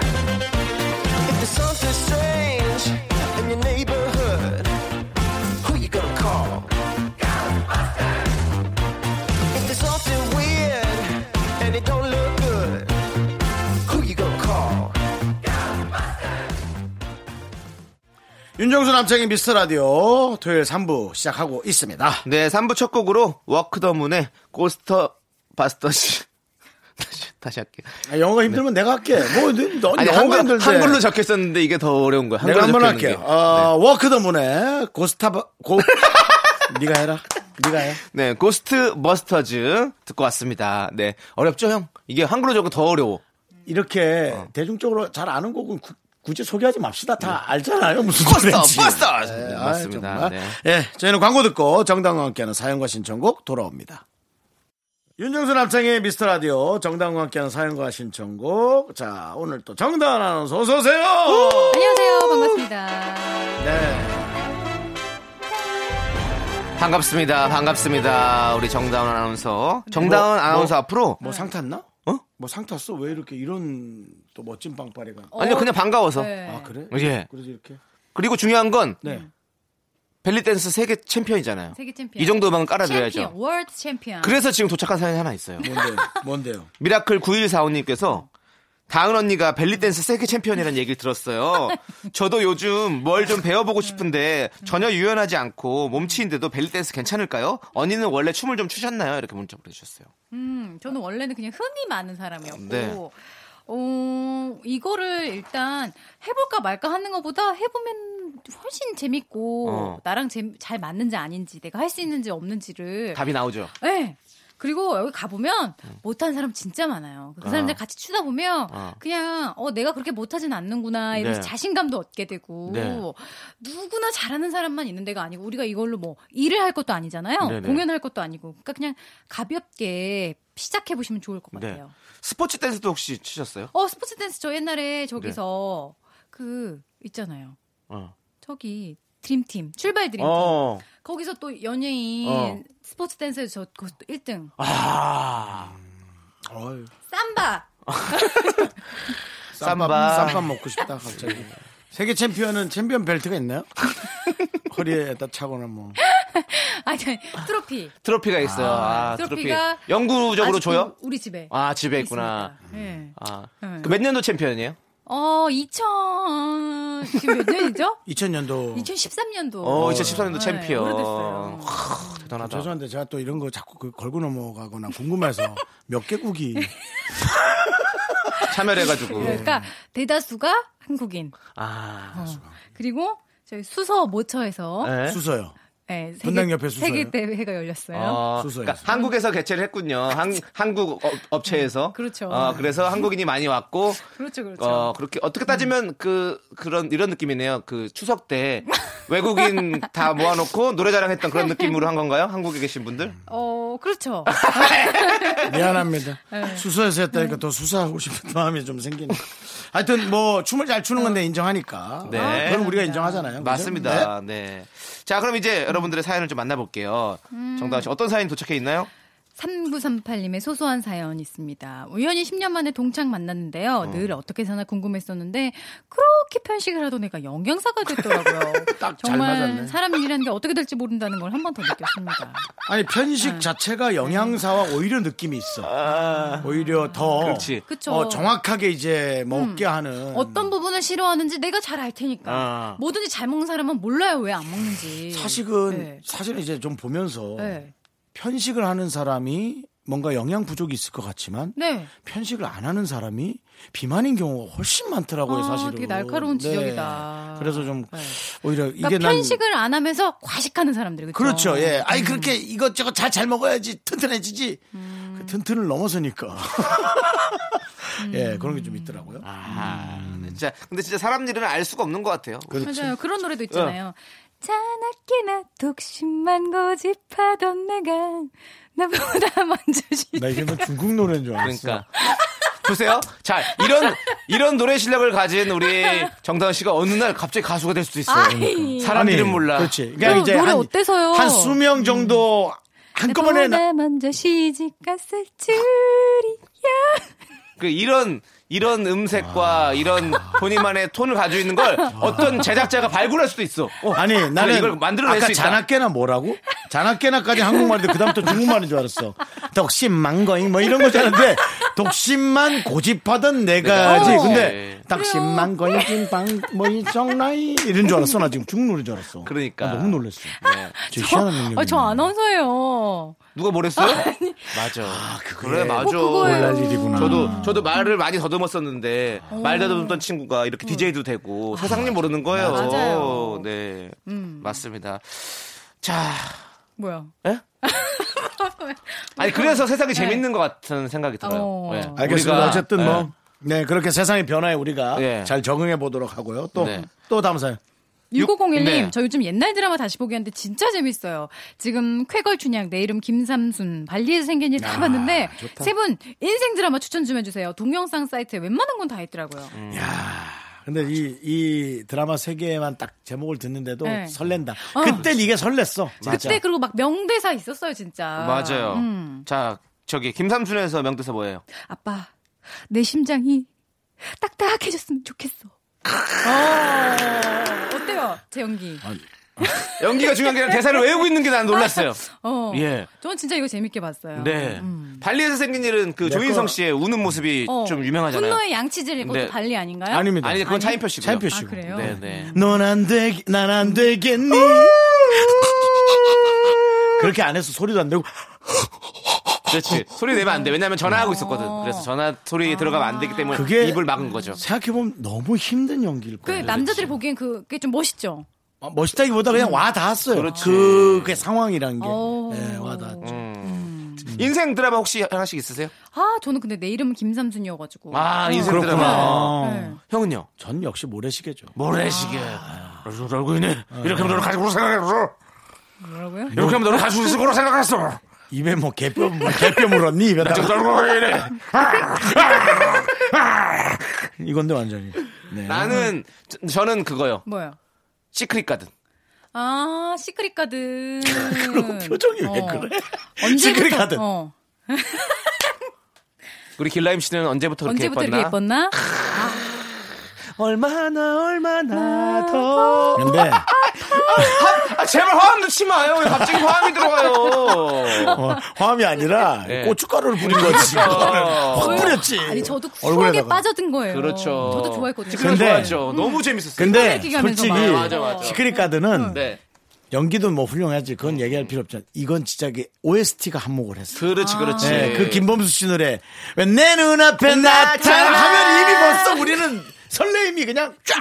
If there's something strange in your neighborhood, who you gonna call? If there's something weird and it don't look good, who you gonna call?
윤정수 남창희 미스터 라디오 토요일 3부 시작하고 있습니다.
네, 3부 첫 곡으로 워크 더 문의 고스터 바스터시. 다시, 다시 할게요.
아, 영어가 힘들면 내가 할게. 뭐, 너,
아니,
영어가
한글,
힘들대.
한글로 적혀 있었는데 이게 더 어려운 거야.
내가
한글로
한번
적혀 있는
할게요.
게.
어, 워크 더 문에 고스타바, 고, 니가 해라. 니가 해.
네, 고스트 버스터즈 듣고 왔습니다. 네, 어렵죠, 형? 이게 한글로 적으면 더 어려워.
이렇게
어.
대중적으로 잘 아는 곡은 구- 굳이 소개하지 맙시다. 다 알잖아요. 무슨
버스터,
노래인지.
버스터!
예,
네,
아이,
맞습니다.
정말.
네.
예, 저희는 광고 듣고 정당과 함께하는 사연과 신청곡 돌아옵니다. 윤정수 남창의 미스터 라디오 정당과 함께하는 사연과 신청곡. 자, 오늘 또 정당 아나운서 어서오세요!
안녕하세요. 반갑습니다.
네.
반갑습니다. 반갑습니다. 우리 정다운 아나운서. 정다운 아나운서 앞으로
뭐 상 탔나?
어?
뭐 상 탔어? 왜 이렇게 이런 또 멋진 빵빠레가.
아니요, 그냥 반가워서.
어? 네.
아, 그래?
예.
그래서 이렇게.
그리고 중요한 건
네.
벨리댄스 세계 챔피언이잖아요.
세계 챔피언.
이 정도만
챔피언,
깔아줘야죠.
월드 챔피언.
그래서 지금 도착한 사연이 하나 있어요.
네. 뭔데요? 뭔데요?
미라클 9145님께서 다은 언니가 벨리댄스 세계 챔피언이라는 얘기를 들었어요. 저도 요즘 뭘 좀 배워보고 싶은데 전혀 유연하지 않고 몸치인데도 벨리댄스 괜찮을까요? 언니는 원래 춤을 좀 추셨나요? 이렇게 문자 보내주셨어요.
음, 저는 원래는 그냥 흥이 많은 사람이었고,
네.
어, 이거를 일단 해볼까 말까 하는 것보다 해보면 훨씬 재밌고,
어.
나랑 재- 잘 맞는지 아닌지, 내가 할 수 있는지 없는지를.
답이 나오죠.
네. 그리고 여기 가보면 못하는 사람 진짜 많아요. 그
아.
사람들 같이 추다 보면
아.
그냥 어 내가 그렇게 못하진 않는구나 이러면서
네.
자신감도 얻게 되고
네.
누구나 잘하는 사람만 있는 데가 아니고 우리가 이걸로 뭐 일을 할 것도 아니잖아요.
네네.
공연할 것도 아니고 그러니까 그냥 가볍게 시작해 보시면 좋을 것
네.
같아요.
스포츠 댄스도 혹시 치셨어요?
어 스포츠 댄스 저 옛날에 저기서
네.
그 있잖아요.
어.
저기 드림팀 출발 드림팀
어.
거기서 또 연예인
어.
스포츠 댄스에서 저 그것도 1등
아.
어이,
삼바
쌈밥
쌈밥.
쌈밥 먹고 싶다 갑자기. 세계 챔피언은 챔피언 벨트가 있나요? 허리에다 차거나 뭐.
아니 아니 트로피
트로피가 있어요. 아, 트로피.
트로피가
영구적으로
아직도
줘요?
우리 집에
아, 집에 있구나.
있습니다. 예.
아.
네.
그몇 년도 챔피언이에요?
어 2000... 지금 몇 년이죠?
2000년도.
2013년도 네,
어, 2014년도 챔피언. 음.
오래됐어요
아, 대단하다.
아, 죄송한데 제가 또 이런 거 자꾸 그 걸고 넘어가거나 궁금해서 몇 개국이
참여해가지고.
그러니까 대다수가 한국인
아.
어. 그리고 저희 수서 모처에서
네.
수서요.
네, 세계-
분당 옆에 수서요?
세계 대회가 열렸어요.
어,
수소예요,
그러니까
수소.
한국에서 개최를 했군요. 한, 한국 어- 업체에서.
그렇죠.
어, 그래서 한국인이 많이 왔고.
그렇죠, 그렇죠. 음.
어, 그렇게 어떻게 따지면 그 그런 이런 느낌이네요. 그 추석 때 외국인 다 모아놓고 노래 자랑했던 그런 느낌으로 한 건가요? 한국에 계신 분들?
음.
어, 그렇죠.
미안합니다.
네.
수서에서 했다니까 더 수사하고 싶은 마음이 좀 생기네. 하여튼 뭐 춤을 잘 추는 건데 인정하니까.
네.
아, 그건 우리가 인정하잖아요. 그죠? 네.
맞습니다. 네. 자, 그럼
음.
이제 여러분들의 사연을 좀 만나볼게요. 정다은 씨, 어떤 사연이 도착해 있나요?
3938님의 소소한 사연이 있습니다. 우연히 10년 만에 동창 만났는데요. 늘 어떻게 사나 궁금했었는데 그렇게 편식을 하던 애가 영양사가 됐더라고요.
딱잘 맞았네.
정말 사람 일이라는 게 어떻게 될지 모른다는 걸 한 번 더 느꼈습니다.
아니 편식
네.
자체가 영양사와 오히려 느낌이 있어. 오히려 더
그렇지.
그쵸. 음.
어, 정확하게 이제 먹게 하는.
어떤 부분을 싫어하는지 내가 잘 알 테니까
아.
뭐든지 잘 먹는 사람은 몰라요 왜 안 먹는지.
사실은
네.
사실은 이제 좀 보면서
네.
편식을 하는 사람이 뭔가 영양 부족이 있을 것 같지만
네.
편식을 안 하는 사람이 비만인 경우가 훨씬 많더라고요,
아,
사실은. 네.
되게 날카로운 지적이다.
그래서 좀
네.
오히려 이게
그러니까
난
편식을 안 하면서 과식하는 사람들 그렇죠.
그렇죠. 예. 아니 그렇게 이것저것 잘 잘 먹어야지 튼튼해지지.
음.
그 튼튼을 넘어서니까. 예,
음.
그런 게 좀 있더라고요.
아, 진짜. 근데 진짜 사람 일은 알 수가 없는 것 같아요.
맞아요. 그런 노래도 있잖아요. 자나깨나 독심만 고집하던 내가 나보다 먼저 시.
나 이게 뭐 중국 노래인 줄 알았어.
그러니까. 보세요. 자, 이런, 이런 노래 실력을 가진 우리 정다은 씨가 어느 날 갑자기 가수가 될 수도 있어요.
아이.
사람
아니,
일은 몰라.
그렇지. 그러니까
그 노래 어때서요? 네,
한 수명 정도 한꺼번에 나-
나보다 먼저 시집 갔을 줄이야.
그 이런 이런 음색과 이런 본인만의 톤을 가지고 있는 걸 어떤 제작자가 발굴할 수도 있어. 어,
아니 나는
이걸 만들어낼
아까
수 있다.
자나깨나 뭐라고? 자나깨나까지 한국말인데 그다음부터 중국말인 줄 알았어. 독심만거잉 뭐 이런 거잖아데 독심만 고집하던 내가지.
내가.
근데
네.
독심만거잉 찐빵 뭐이 정나이 이런 줄 알았어. 나 지금 중국 노래인 줄 알았어.
그러니까. 네.
나 너무 놀랐어. 저 희한한 능력이
아, 저
있네.
아나운서예요.
누가 뭐랬어요? 맞아. 그래 맞아.
뭐 그거예요.
놀랄 일이구나.
저도 저도 말을 많이 더듬었었는데
어.
말 더듬던 친구가 이렇게 DJ도 되고 세상님 모르는 거예요.
맞아요. 음.
네. 맞습니다. 자,
뭐야?
예? 아니 그래서 세상이 재밌는 것 같은 생각이 들어요.
음. 네. 어.
예.
알겠습니다.
우리가,
어쨌든
예.
뭐. 네, 그렇게 세상의 변화에 우리가
예.
잘 적응해 보도록 하고요. 또,
네.
또 다음 사연.
6501님,
네.
저 요즘 옛날 드라마 다시 보기 하는데 진짜 재밌어요. 지금 쾌걸춘향, 내 이름 김삼순, 발리에서 생긴 일 다 봤는데 세 분 인생 드라마 추천 좀 해주세요. 동영상 사이트에 웬만한 건 다 있더라고요.
근데 이, 이 드라마 세 개만 딱 제목을 듣는데도
네.
설렌다.
어.
그땐 이게 설렜어.
그때 그리고 막 명대사 있었어요, 진짜.
맞아요.
음.
자, 저기 김삼순에서 명대사 뭐예요?
아빠, 내 심장이 딱딱해졌으면 좋겠어. 어, 어때요, 제 연기?
연기가 중요한 게 아니라 대사를 외우고 있는 게 난 놀랐어요.
어,
예.
저는 진짜 이거 재밌게 봤어요.
네. 발리에서 생긴 일은 그 조인성 씨의 우는 모습이
음. 어,
좀 유명하잖아요.
분노의 양치질 이것도
네.
발리 아닌가요?
아닙니다.
아니, 그건 차인표 씨고.
차인표
아
씨고.
그래요?
네, 네.
넌안 되, 난 안 되겠니? 그렇게 안 해서 소리도 안 되고.
그렇지. 소리 내면 안 돼. 왜냐면 전화하고
어.
있었거든. 그래서 전화
아.
소리 들어가면 안 되기 때문에
그게-
입을 막은 거죠.
생각해보면 너무 힘든 연기일
그
거예요.
남자들이 음. 보기엔 그- 그게 좀 멋있죠.
아, 멋있다기보다 그냥 와 닿았어요.
그렇지.
어.
그, 그 상황이란 게.
오.
음.
네, 와 닿았죠.
인생 드라마 혹시 하나씩 있으세요?
아, 저는 근데 내 이름은 김삼순이어가지고.
아, 인생
그렇구나. 어.
드라마.
네.
형은요?
전 역시 모래시계죠.
아.
모래시계. 얼굴 얼굴이네. 이렇게 하면 너를 가족으로 생각했어.
뭐라고요?
이렇게 하면 너를 가족으로 생각했어.
입에 뭐 개뼈 뭐 개뼈 물었니 입에다가
얼굴이네.
이건데 완전히. 네.
나는 저- 저는 그거요.
뭐요?
시크릿 가든.
아, 시크릿 가든.
표정이 왜
어.
그래?
언제부터,
시크릿 가든.
어.
우리 길라임 씨는 언제부터 그렇게
언제부터 이렇게
예뻤나?
예뻤나?
얼마나 얼마나 더.
근데
아 제발 화음 넣지 마요. 왜 갑자기 화음이 들어가요.
어, 화음이 아니라
네.
고춧가루를 뿌린 거지. 그거를 확 뿌렸지.
아니, 저도 쿨하게
얼굴에다가.
빠져든 거예요.
그렇죠.
저도 좋아했거든요. 음.
시크릿
근데-
좋아했죠. 너무 재밌었어요. 네,
근데
얘기하면서
솔직히
막- 네.
맞아, 맞아.
시크릿 가드는
네.
연기도 뭐 훌륭하지. 그건 얘기할 필요 없잖아. 이건 진짜 OST가 한몫을 했어.
그렇지 그렇지.
네, 그 김범수 씨 노래 왜 내 눈앞에 나타나 하면
아.
이미 벌써 우리는 설레임이 그냥 쫙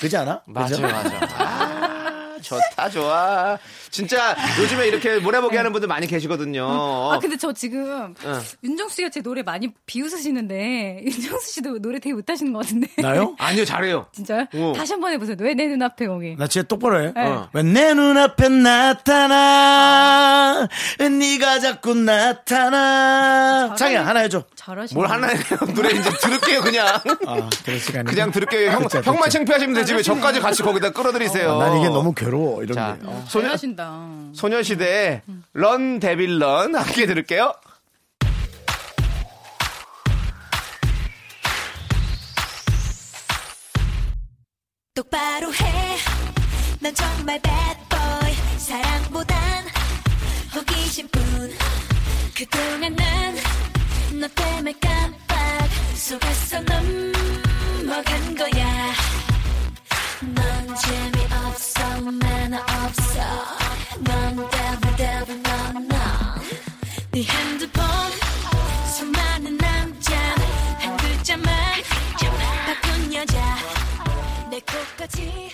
그지 않아?
맞아
그죠?
맞아. 아, 좋다 좋아. 진짜 요즘에 이렇게 몰아보기 하는 분들 많이 계시거든요.
아 근데 저 지금
네.
윤정수 씨가 제 노래 많이 비웃으시는데 윤정수 씨도 노래 되게 못하시는 것 같은데
나요?
아니요 잘해요.
진짜요?
오.
다시 한 번 해보세요. 왜 내 눈앞에 거기?
나 진짜 똑바로 해. 어.
네.
왜 내 눈앞에 나타나? 왜 네가 자꾸 나타나? 장이야 하나 해줘.
잘하시네.
뭘 하나 해요. 노래 이제 들을게요 그냥.
아, 그럴 시간이.
그냥 들을게요. 형,
그쵸,
형만
그쵸.
창피하시면 되지 왜 저까지 같이 거기다 끌어들이세요.
난 이게 너무 괴로워 이런
자,
게. 어.
소녀,
잘하신다.
소녀시대의 런 데빌 런 함께 들을게요.
똑바로 해. 난 정말 bad boy. 사랑보단 호기심뿐. 그동안 난 너 때문에 깜빡 속았어 넘어간 거야. 넌 재미없어, 매너 없어. 넌 devil, devil, 넌, 넌. 네 한두 번 수많은 남자 한 글자만 바꾼 여자 내 코까지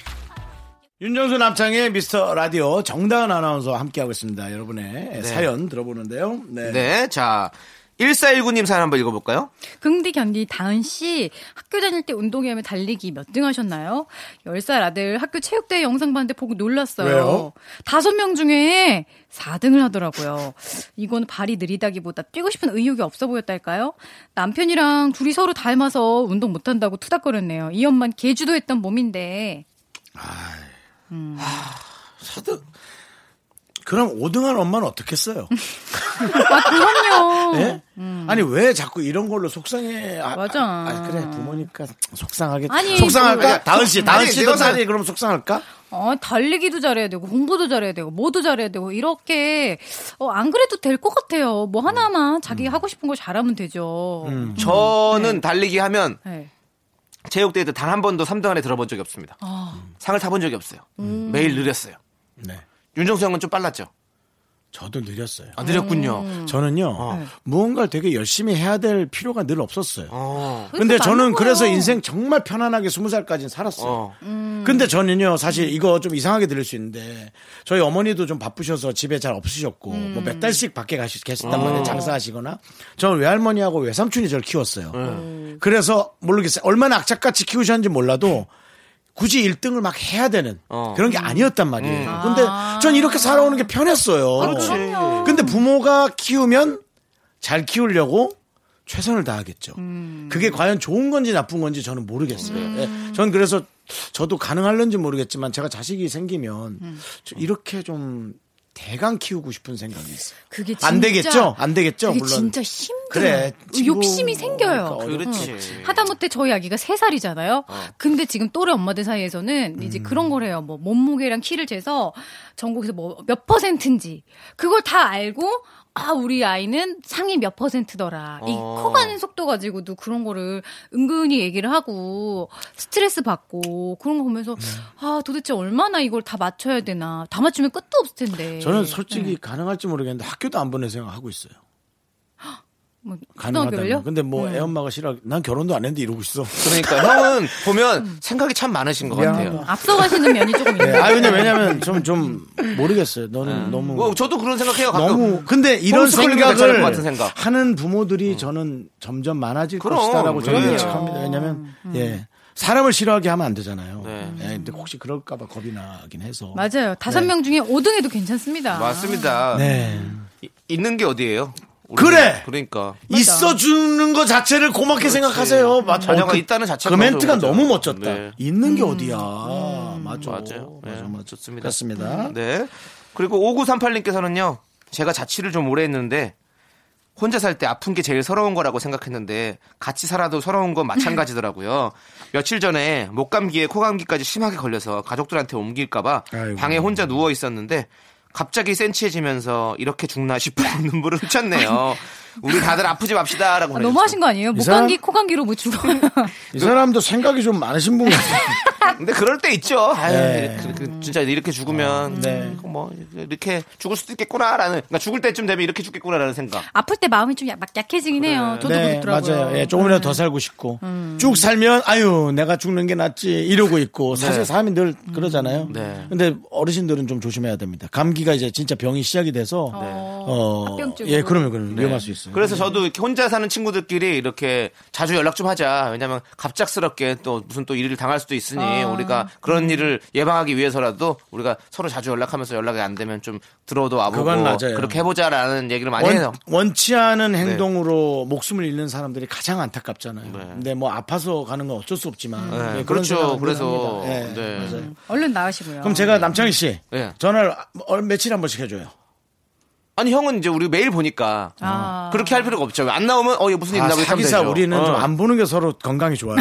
윤정수 남창의 미스터 라디오 정다은 아나운서 함께하고 있습니다. 여러분의 사연 들어보는데요. 네.
네, 자. 1419님 사연 한번 읽어볼까요?
긍디 견디 다은 씨 학교 다닐 때 운동회하면 달리기 몇 등 하셨나요? 10살 아들 학교 체육대회 영상 봤는데 보고 놀랐어요.
왜요?
다섯 명 중에 4등을 하더라고요. 이건 발이 느리다기보다 뛰고 싶은 의욕이 없어 보였달까요? 남편이랑 둘이 서로 닮아서 운동 못 한다고 투닥거렸네요. 이 엄만 개주도 했던 몸인데
그럼 5등한 엄마는 어떻겠어요?
아, 그럼요.
예? 아니 왜 자꾸 이런 걸로 속상해? 아,
음. 맞아.
아, 아, 그래 부모니까 속상하게.
아니,
속상할까?
그-
다은 씨, 다은
아니,
씨도
내가 사-
딸이 그럼 속상할까?
어, 달리기도 잘해야 되고 공부도 잘해야 되고 뭐도 잘해야 되고 이렇게 어, 안 그래도 될 것 같아요. 뭐 하나만
음.
자기가 하고 싶은 걸 잘하면 되죠.
저는 달리기 하면
네.
체육대회 때 단 한 번도 3등 안에 들어본 적이 없습니다.
아.
상을 타본 적이 없어요.
음.
매일 느렸어요.
네.
윤정수 형은 좀 빨랐죠?
음. 저도 느렸어요.
아, 느렸군요.
저는요
네.
무언가를 되게 열심히 해야 될 필요가 늘 어. 없었어요.
어,
근데
그것도
저는
맞는
그래서
거예요.
인생 정말 편안하게 스무 살까지는 살았어요.
어.
근데 저는요 사실 이거 좀 이상하게 들릴 수 있는데 저희 어머니도 좀 바쁘셔서 집에 잘 없으셨고 뭐 몇 달씩 밖에 가시 계셨단 말이에요 장사하시거나 저는 외할머니하고 외삼촌이 저를 키웠어요. 음. 그래서 모르겠어요 얼마나 악착같이 키우셨는지 몰라도 굳이 1등을 막 해야 되는
어.
그런 게 아니었단 말이에요. 근데 전 이렇게 살아오는 게 편했어요.
그렇지.
근데 부모가 키우면 잘 키우려고 최선을 다하겠죠.
음.
그게 과연 좋은 건지 나쁜 건지 저는 모르겠어요. 예, 저는 그래서 저도 가능할런지 모르겠지만 제가 자식이 생기면
음.
저 이렇게 좀 대강 키우고 싶은 생각이 있어요.
그게
안
아, 진짜-
되겠죠? 안 되겠죠?
그게
물론.
진짜 힘들어.
그래. 친구
욕심이 생겨요.
그러니까 어. 어려-
그렇지.
하다못해 저희 아기가 세살이잖아요 근데 지금 또래 엄마들 사이에서는
음.
이제 그런 거래요. 뭐 몸무게랑 키를 재서 전국에서 뭐 몇 퍼센트인지 그걸 다 알고 아 우리 아이는 상위 몇 퍼센트더라. 이
어.
커가는 속도 가지고도 그런 거를 은근히 얘기를 하고 스트레스 받고 그런 거
음.
보면서 아 도대체 얼마나 이걸 다 맞춰야 되나. 다 맞추면 끝도 없을 텐데.
저는 솔직히 가능할지 모르겠는데 학교도 안 보낼 생각하고 있어요.
뭐
가능하다면.
초등학교를요? 네.
근데 뭐 애엄마가 싫어. 난 결혼도 안 했는데 이러고 있어.
그러니까 형은
음.
보면 생각이 참 많으신 것 같아요.
네. 앞서가시는 면이 조금 있네요.
아 근데 왜냐면 좀 좀 모르겠어요. 음. 너는 너무
뭐 저도 그런 생각해요. 가끔.
너무 근데 이런
홈스쿨링도 괜찮을
생각을
것 같은 생각.
하는 부모들이 저는 점점 많아질
그럼,
것이다라고 저는
그럼요.
예측합니다. 왜냐하면 예 사람을 싫어하게 하면 안 되잖아요.
네.
예, 근데 혹시 그럴까봐 겁이 나긴 해서
맞아요. 다섯 명 중에 5등에도 괜찮습니다.
맞습니다.
네
이- 있는 게 어디예요? 우리-
그래!
그러니까.
있어주는 것 자체를 고맙게 생각하세요. 맞
예. 자녀가
그-
있다는 자체가
그 멘트가
먼저
너무
먼저.
멋졌다.
네.
있는
음.
게 어디야? 맞아.
맞아요. 예,
맞아, 맞아.
좋습니다.
그렇습니다.
네. 그리고 5938님께서는요, 제가 자취를 좀 오래 했는데, 혼자 살 때 아픈 게 제일 서러운 거라고 생각했는데, 같이 살아도 서러운 건 마찬가지더라고요. 며칠 전에 목 감기에 코 감기까지 심하게 걸려서 가족들한테 옮길까봐
아이고.
방에 혼자 누워 있었는데, 갑자기 센치해지면서 이렇게 죽나 싶어 눈물을 훔쳤네요. 우리 다들 아프지 맙시다. 라고.
아, 너무 하신 거 아니에요? 목
사람-
감기, 코 감기로 뭐 죽어.
이 사람도 생각이 좀 많으신 분 같아요.
근데 그럴 때 있죠. 아유,
네.
이렇게, 이렇게 진짜 이렇게 죽으면
네.
뭐 이렇게 죽을 수도 있겠구나라는 그러니까 죽을 때쯤 되면 이렇게 죽겠구나라는 생각.
아플 때 마음이 좀 약, 막 약해지긴 해요. 저도
네,
그렇더라고요. 네. 음.
맞아요. 예, 조금이라도 더 살고 싶고 쭉 살면 아유 내가 죽는 게 낫지 이러고 있고 사실 사람이 늘 그러잖아요.
네.
근데 어르신들은 좀 조심해야 됩니다. 감기가 이제 진짜 병이 시작이 돼서 어,
합병증으로.
예, 그러면 그러면 위험할 수 있어요.
네. 그래서 저도 이렇게 혼자 사는 친구들끼리 이렇게 자주 연락 좀 하자. 왜냐면 갑작스럽게 또 무슨 또 일을 당할 수도 있으니
아.
우리가 그런
음.
일을 예방하기 위해서라도 우리가 서로 자주 연락하면서 연락이 안 되면 좀 들어도 와보고
그건 맞아요.
그렇게 해보자라는 얘기를 많이 해요. 네.
원, 원치 않은 행동으로 목숨을 잃는 사람들이 가장 안타깝잖아요. 근데 뭐 아파서 가는 건 어쩔 수 없지만
네,
예, 그런
그렇죠.
생각은
그래서
합니다. 예,
네.
맞아요.
얼른 나가시고요.
그럼 제가 남창희 씨
네.
전화를 얼- 며칠 한 번씩 해줘요.
아니 형은 이제 우리 매일 보니까
아.
그렇게 할 필요가 없죠. 안 나오면 어 이거 무슨 일
아,
나고 이렇게 하면
사기사
되죠.
우리는
어.
좀 안 보는 게 서로 건강이 좋아요.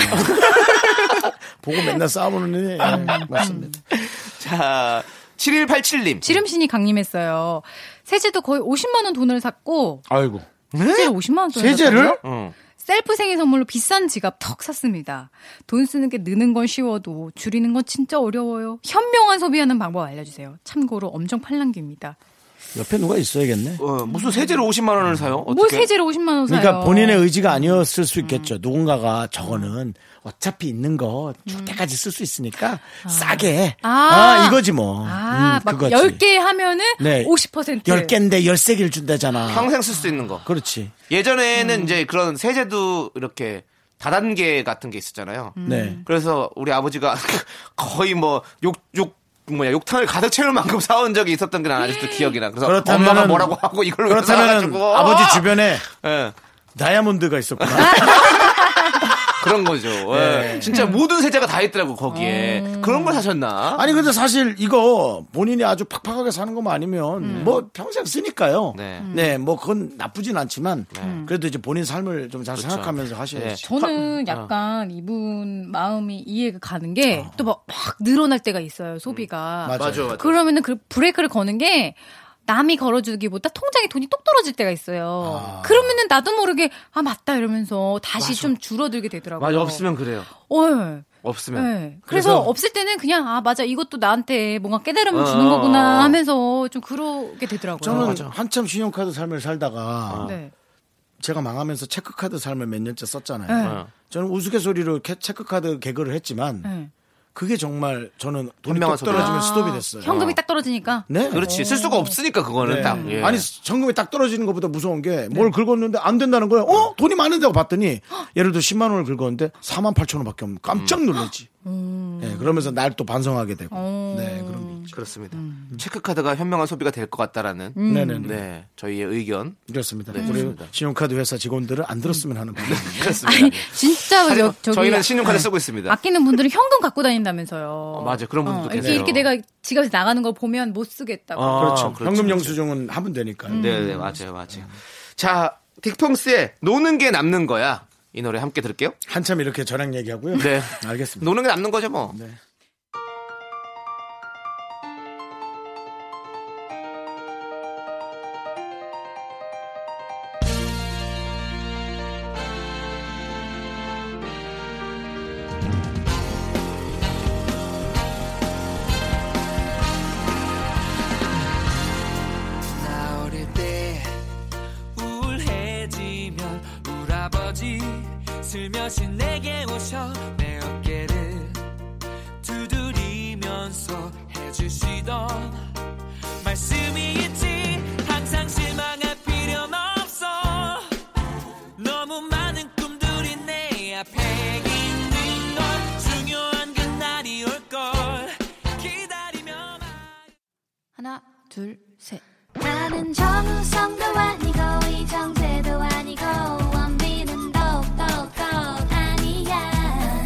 보고 맨날 싸우는 애
음,
예, 맞습니다.
어. 자 7187님
지름신이 강림했어요. 세제도 거의 50만원 돈을 샀고,
아이고
세제를 50만원 돈을
네? 세제를
응.
셀프 생일 선물로 비싼 지갑 턱 샀습니다. 돈 쓰는 게 느는 건 쉬워도 줄이는 건 진짜 어려워요. 현명한 소비하는 방법 알려주세요. 참고로 엄청 팔랑귀입니다.
옆에 누가 있어야겠네.
어, 무슨 세제로 50만 원을 사요? 어떻게?
뭘뭐 세제를 50만 원 사요? 음.
그러니까 본인의 의지가 아니었을 수 있겠죠. 누군가가 저거는 어차피 있는 거 줄 때까지 쓸 수 있으니까 싸게.
음. 아.
아, 이거지 뭐. 음,
아, 막
그거지.
10개 하면은
네.
50%.
10개인데 13개를 준다잖아.
평생 쓸 수 있는 거.
그렇지.
음.
예전에는 이제 그런 세제도 이렇게 다단계 같은 게 있었잖아요.
음.
네.
그래서 우리 아버지가 거의 뭐 욕, 욕, 뭐야, 욕탕을 가득 채울 만큼 사온 적이 있었던 게 아직도 기억이 나. 그래서
그렇다면은-
엄마가 뭐라고 하고 이걸로
그렇다면
사가지고
아버지 주변에
예,
다이아몬드가 있었구나.
그런 거죠. 예.
네.
진짜 모든 세제가 다 있더라고 거기에. 그런 걸 사셨나?
음. 아니 근데 사실 이거 본인이 아주 팍팍하게 사는 것만 아니면
음.
뭐 평생 쓰니까요.
네.
네. 뭐 그건 나쁘진 않지만 그래도 이제 본인 삶을 좀
그렇죠.
잘 생각하면서
네.
하셔야지. 아.
저는 약간 이분 마음이 이해가 가는 게 또 막 늘어날 때가 있어요, 소비가.
음. 맞아요.
맞아, 맞아.
그러면은 그 브레이크를 거는 게 남이 걸어주기보다 통장에 돈이 똑 떨어질 때가 있어요.
아.
그러면은 나도 모르게 아 맞다 이러면서 다시 좀 줄어들게 되더라고요.
맞아, 없으면 그래요.
어, 예. 예.
없으면.
그래서,
네. 그래서- 아.
없을 때는 그냥 아 맞아 이것도 나한테 뭔가 깨달음을 주는
어.
거구나 하면서 좀 그러게 되더라고요.
저는 한참 신용카드 삶을
아.
살다가
네.
제가 망하면서 체크카드 삶을 몇 년째 썼잖아요.
네.
저는 우스갯소리로 캐- 체크카드 개그를 했지만
네.
그게 정말 저는 돈이
현명한
똑
소비다. 그렇죠.
떨어지면
아,
스톱이 됐어요.
현금이 딱 떨어지니까
네.
그렇지. 쓸 수가 없으니까 그거는
네.
딱. 예.
아니 현금이 딱 떨어지는 것보다 무서운 게 뭘 긁었는데 안 된다는 거예요. 어 돈이 많은데고 봤더니 예를 들어 10만 원을 긁었는데 4만 8천 원밖에 없는 깜짝 놀랐지. 네, 그러면서 날 또 반성하게 되고. 네 그런 게 있죠.
그렇습니다. 체크카드가 현명한 소비가 될 것 같다라는
음. 네네네. 네,
네 저희의 의견
그렇습니다. 음. 우리 신용카드 회사 직원들은 안 들었으면 그렇죠. 하는 바람.
그렇습니다.
진짜
하지만
여- 저기
아,
저희는 신용카드 쓰고 있습니다. 어,
아끼는 분들은 현금 갖고 다닌다면서요. 어,
맞아. 그런 분들도
이렇게,
계세요.
이렇게 내가 지갑에서 나가는 걸 보면 못 쓰겠다고.
아,
그렇죠.
그렇죠.
현금 영수증은 음. 하면 되니까. 요
네네 맞아요 맞아요. 자 딕펑스의 노는 게 남는 거야 이 노래 함께 들을게요.
한참 이렇게 저랑 얘기하고요.
네.
알겠습니다.
노는 게 남는 거죠 뭐.
나 어릴 때 우울해지면
거지 슬며시 내게 오셔 내 어깨를 두드리면서 해주시던 말씀이 있지 항상 실망할 필요는 없어 너무 많은 꿈들이 내 앞에 있는 걸 중요한 그날이 올 걸 기다리면
하나, 둘, 셋.
나는 정우성도 아니고 이정재도 아니고 원빈은 더욱더 아니야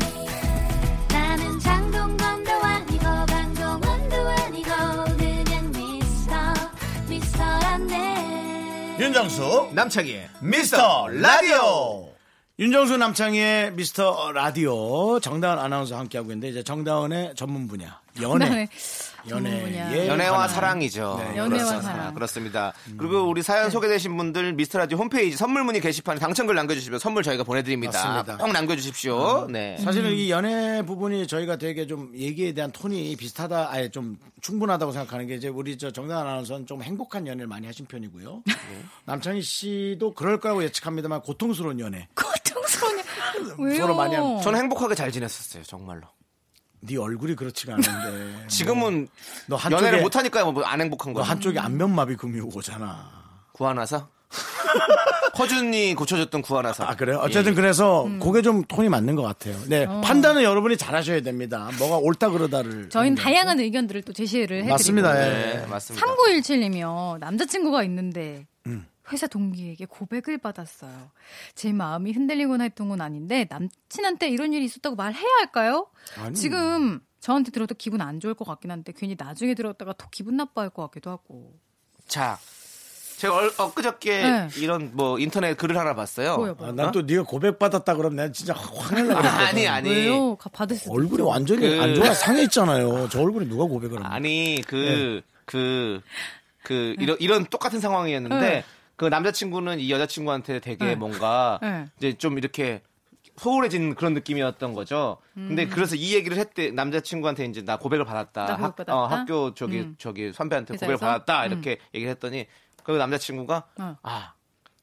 나는 장동건도 아니고 강동원도 아니고 그냥 미스터 미스터란데
윤정수
남창희의
미스터 라디오
윤정수 남창희의 미스터 라디오 정다은 아나운서 함께하고 있는데 이제 정다은의 전문 분야
네.
연애
그다음에
연애
전문
예,
연애와
관한.
사랑이죠.
네,
연애와
그렇습니다.
사랑.
그렇습니다. 그리고 우리 사연 소개되신 분들 미스터라디오 홈페이지 선물문의 게시판에 당첨글 남겨주시면 선물 저희가 보내드립니다.
맞습니다. 음.
꼭 남겨주십시오. 네.
사실은 이 연애 부분이 저희가 되게 좀 얘기에 대한 톤이 비슷하다, 아예 좀 충분하다고 생각하는 게 이제 우리 저 정단 아나운서는 좀 행복한 연애를 많이 하신 편이고요. 남창희 씨도 그럴 거라고 예측합니다만 고통스러운 연애.
고통스러운 왜요?
서로 많이 하면
저는 행복하게 잘 지냈었어요. 정말로.
네 얼굴이 그렇지가 않은데.
지금은
너 한쪽에
연애를 못하니까 뭐안 행복한
너
거야.
한쪽에 안면마비 금이 오잖아.
구하나서? 허준이 고쳐줬던 예. 구하나서.
아
예.
그래요? 어쨌든 그래서
음.
그게 좀 톤이 맞는 것 같아요. 네 판단은 여러분이 잘하셔야 됩니다. 뭐가 옳다 그러다를.
어.
음,
음.
저희는 다양한 의견들을 또 제시를 해드리고
맞습니다. 예.
네, 맞습니다.
3917님이요. 남자친구가 있는데
음.
회사 동기에게 고백을 받았어요. 제 마음이 흔들리거나 했던 건 아닌데 남친한테 이런 일이 있었다고 말해야 할까요? 지금 저한테 들어도 기분 안 좋을 것 같긴 한데 괜히 나중에 들었다가 더 기분 나빠할 것 같기도 하고.
자, 제가 얼- 엊그저께
네.
이런 뭐 인터넷 글을 하나 봤어요.
뭐요, 뭐요?
아, 난또 네가 고백 받았다 그러면 내가 진짜 화낼
아,
라
아니 아니.
왜요? 가- 받을 수도
얼굴이
있죠.
완전히
그-
안 좋아 상했잖아요. 저 얼굴이 누가 고백을 합니까?
아니 그
네.
그, 그, 이런, 이런 똑같은 상황이었는데,
네.
그 남자친구는 이 여자친구한테 되게 뭔가,
네.
이제 좀 이렇게 소홀해진 그런 느낌이었던 거죠. 근데 그래서 이 얘기를 했대, 남자친구한테 이제 나 고백을 받았다.
음. 나 고백
학-
받았다? 음.
어, 학교 저기, 저기 선배한테 고백을
회사에서? 음.
받았다. 이렇게 얘기를 했더니, 그 남자친구가,
어.
아,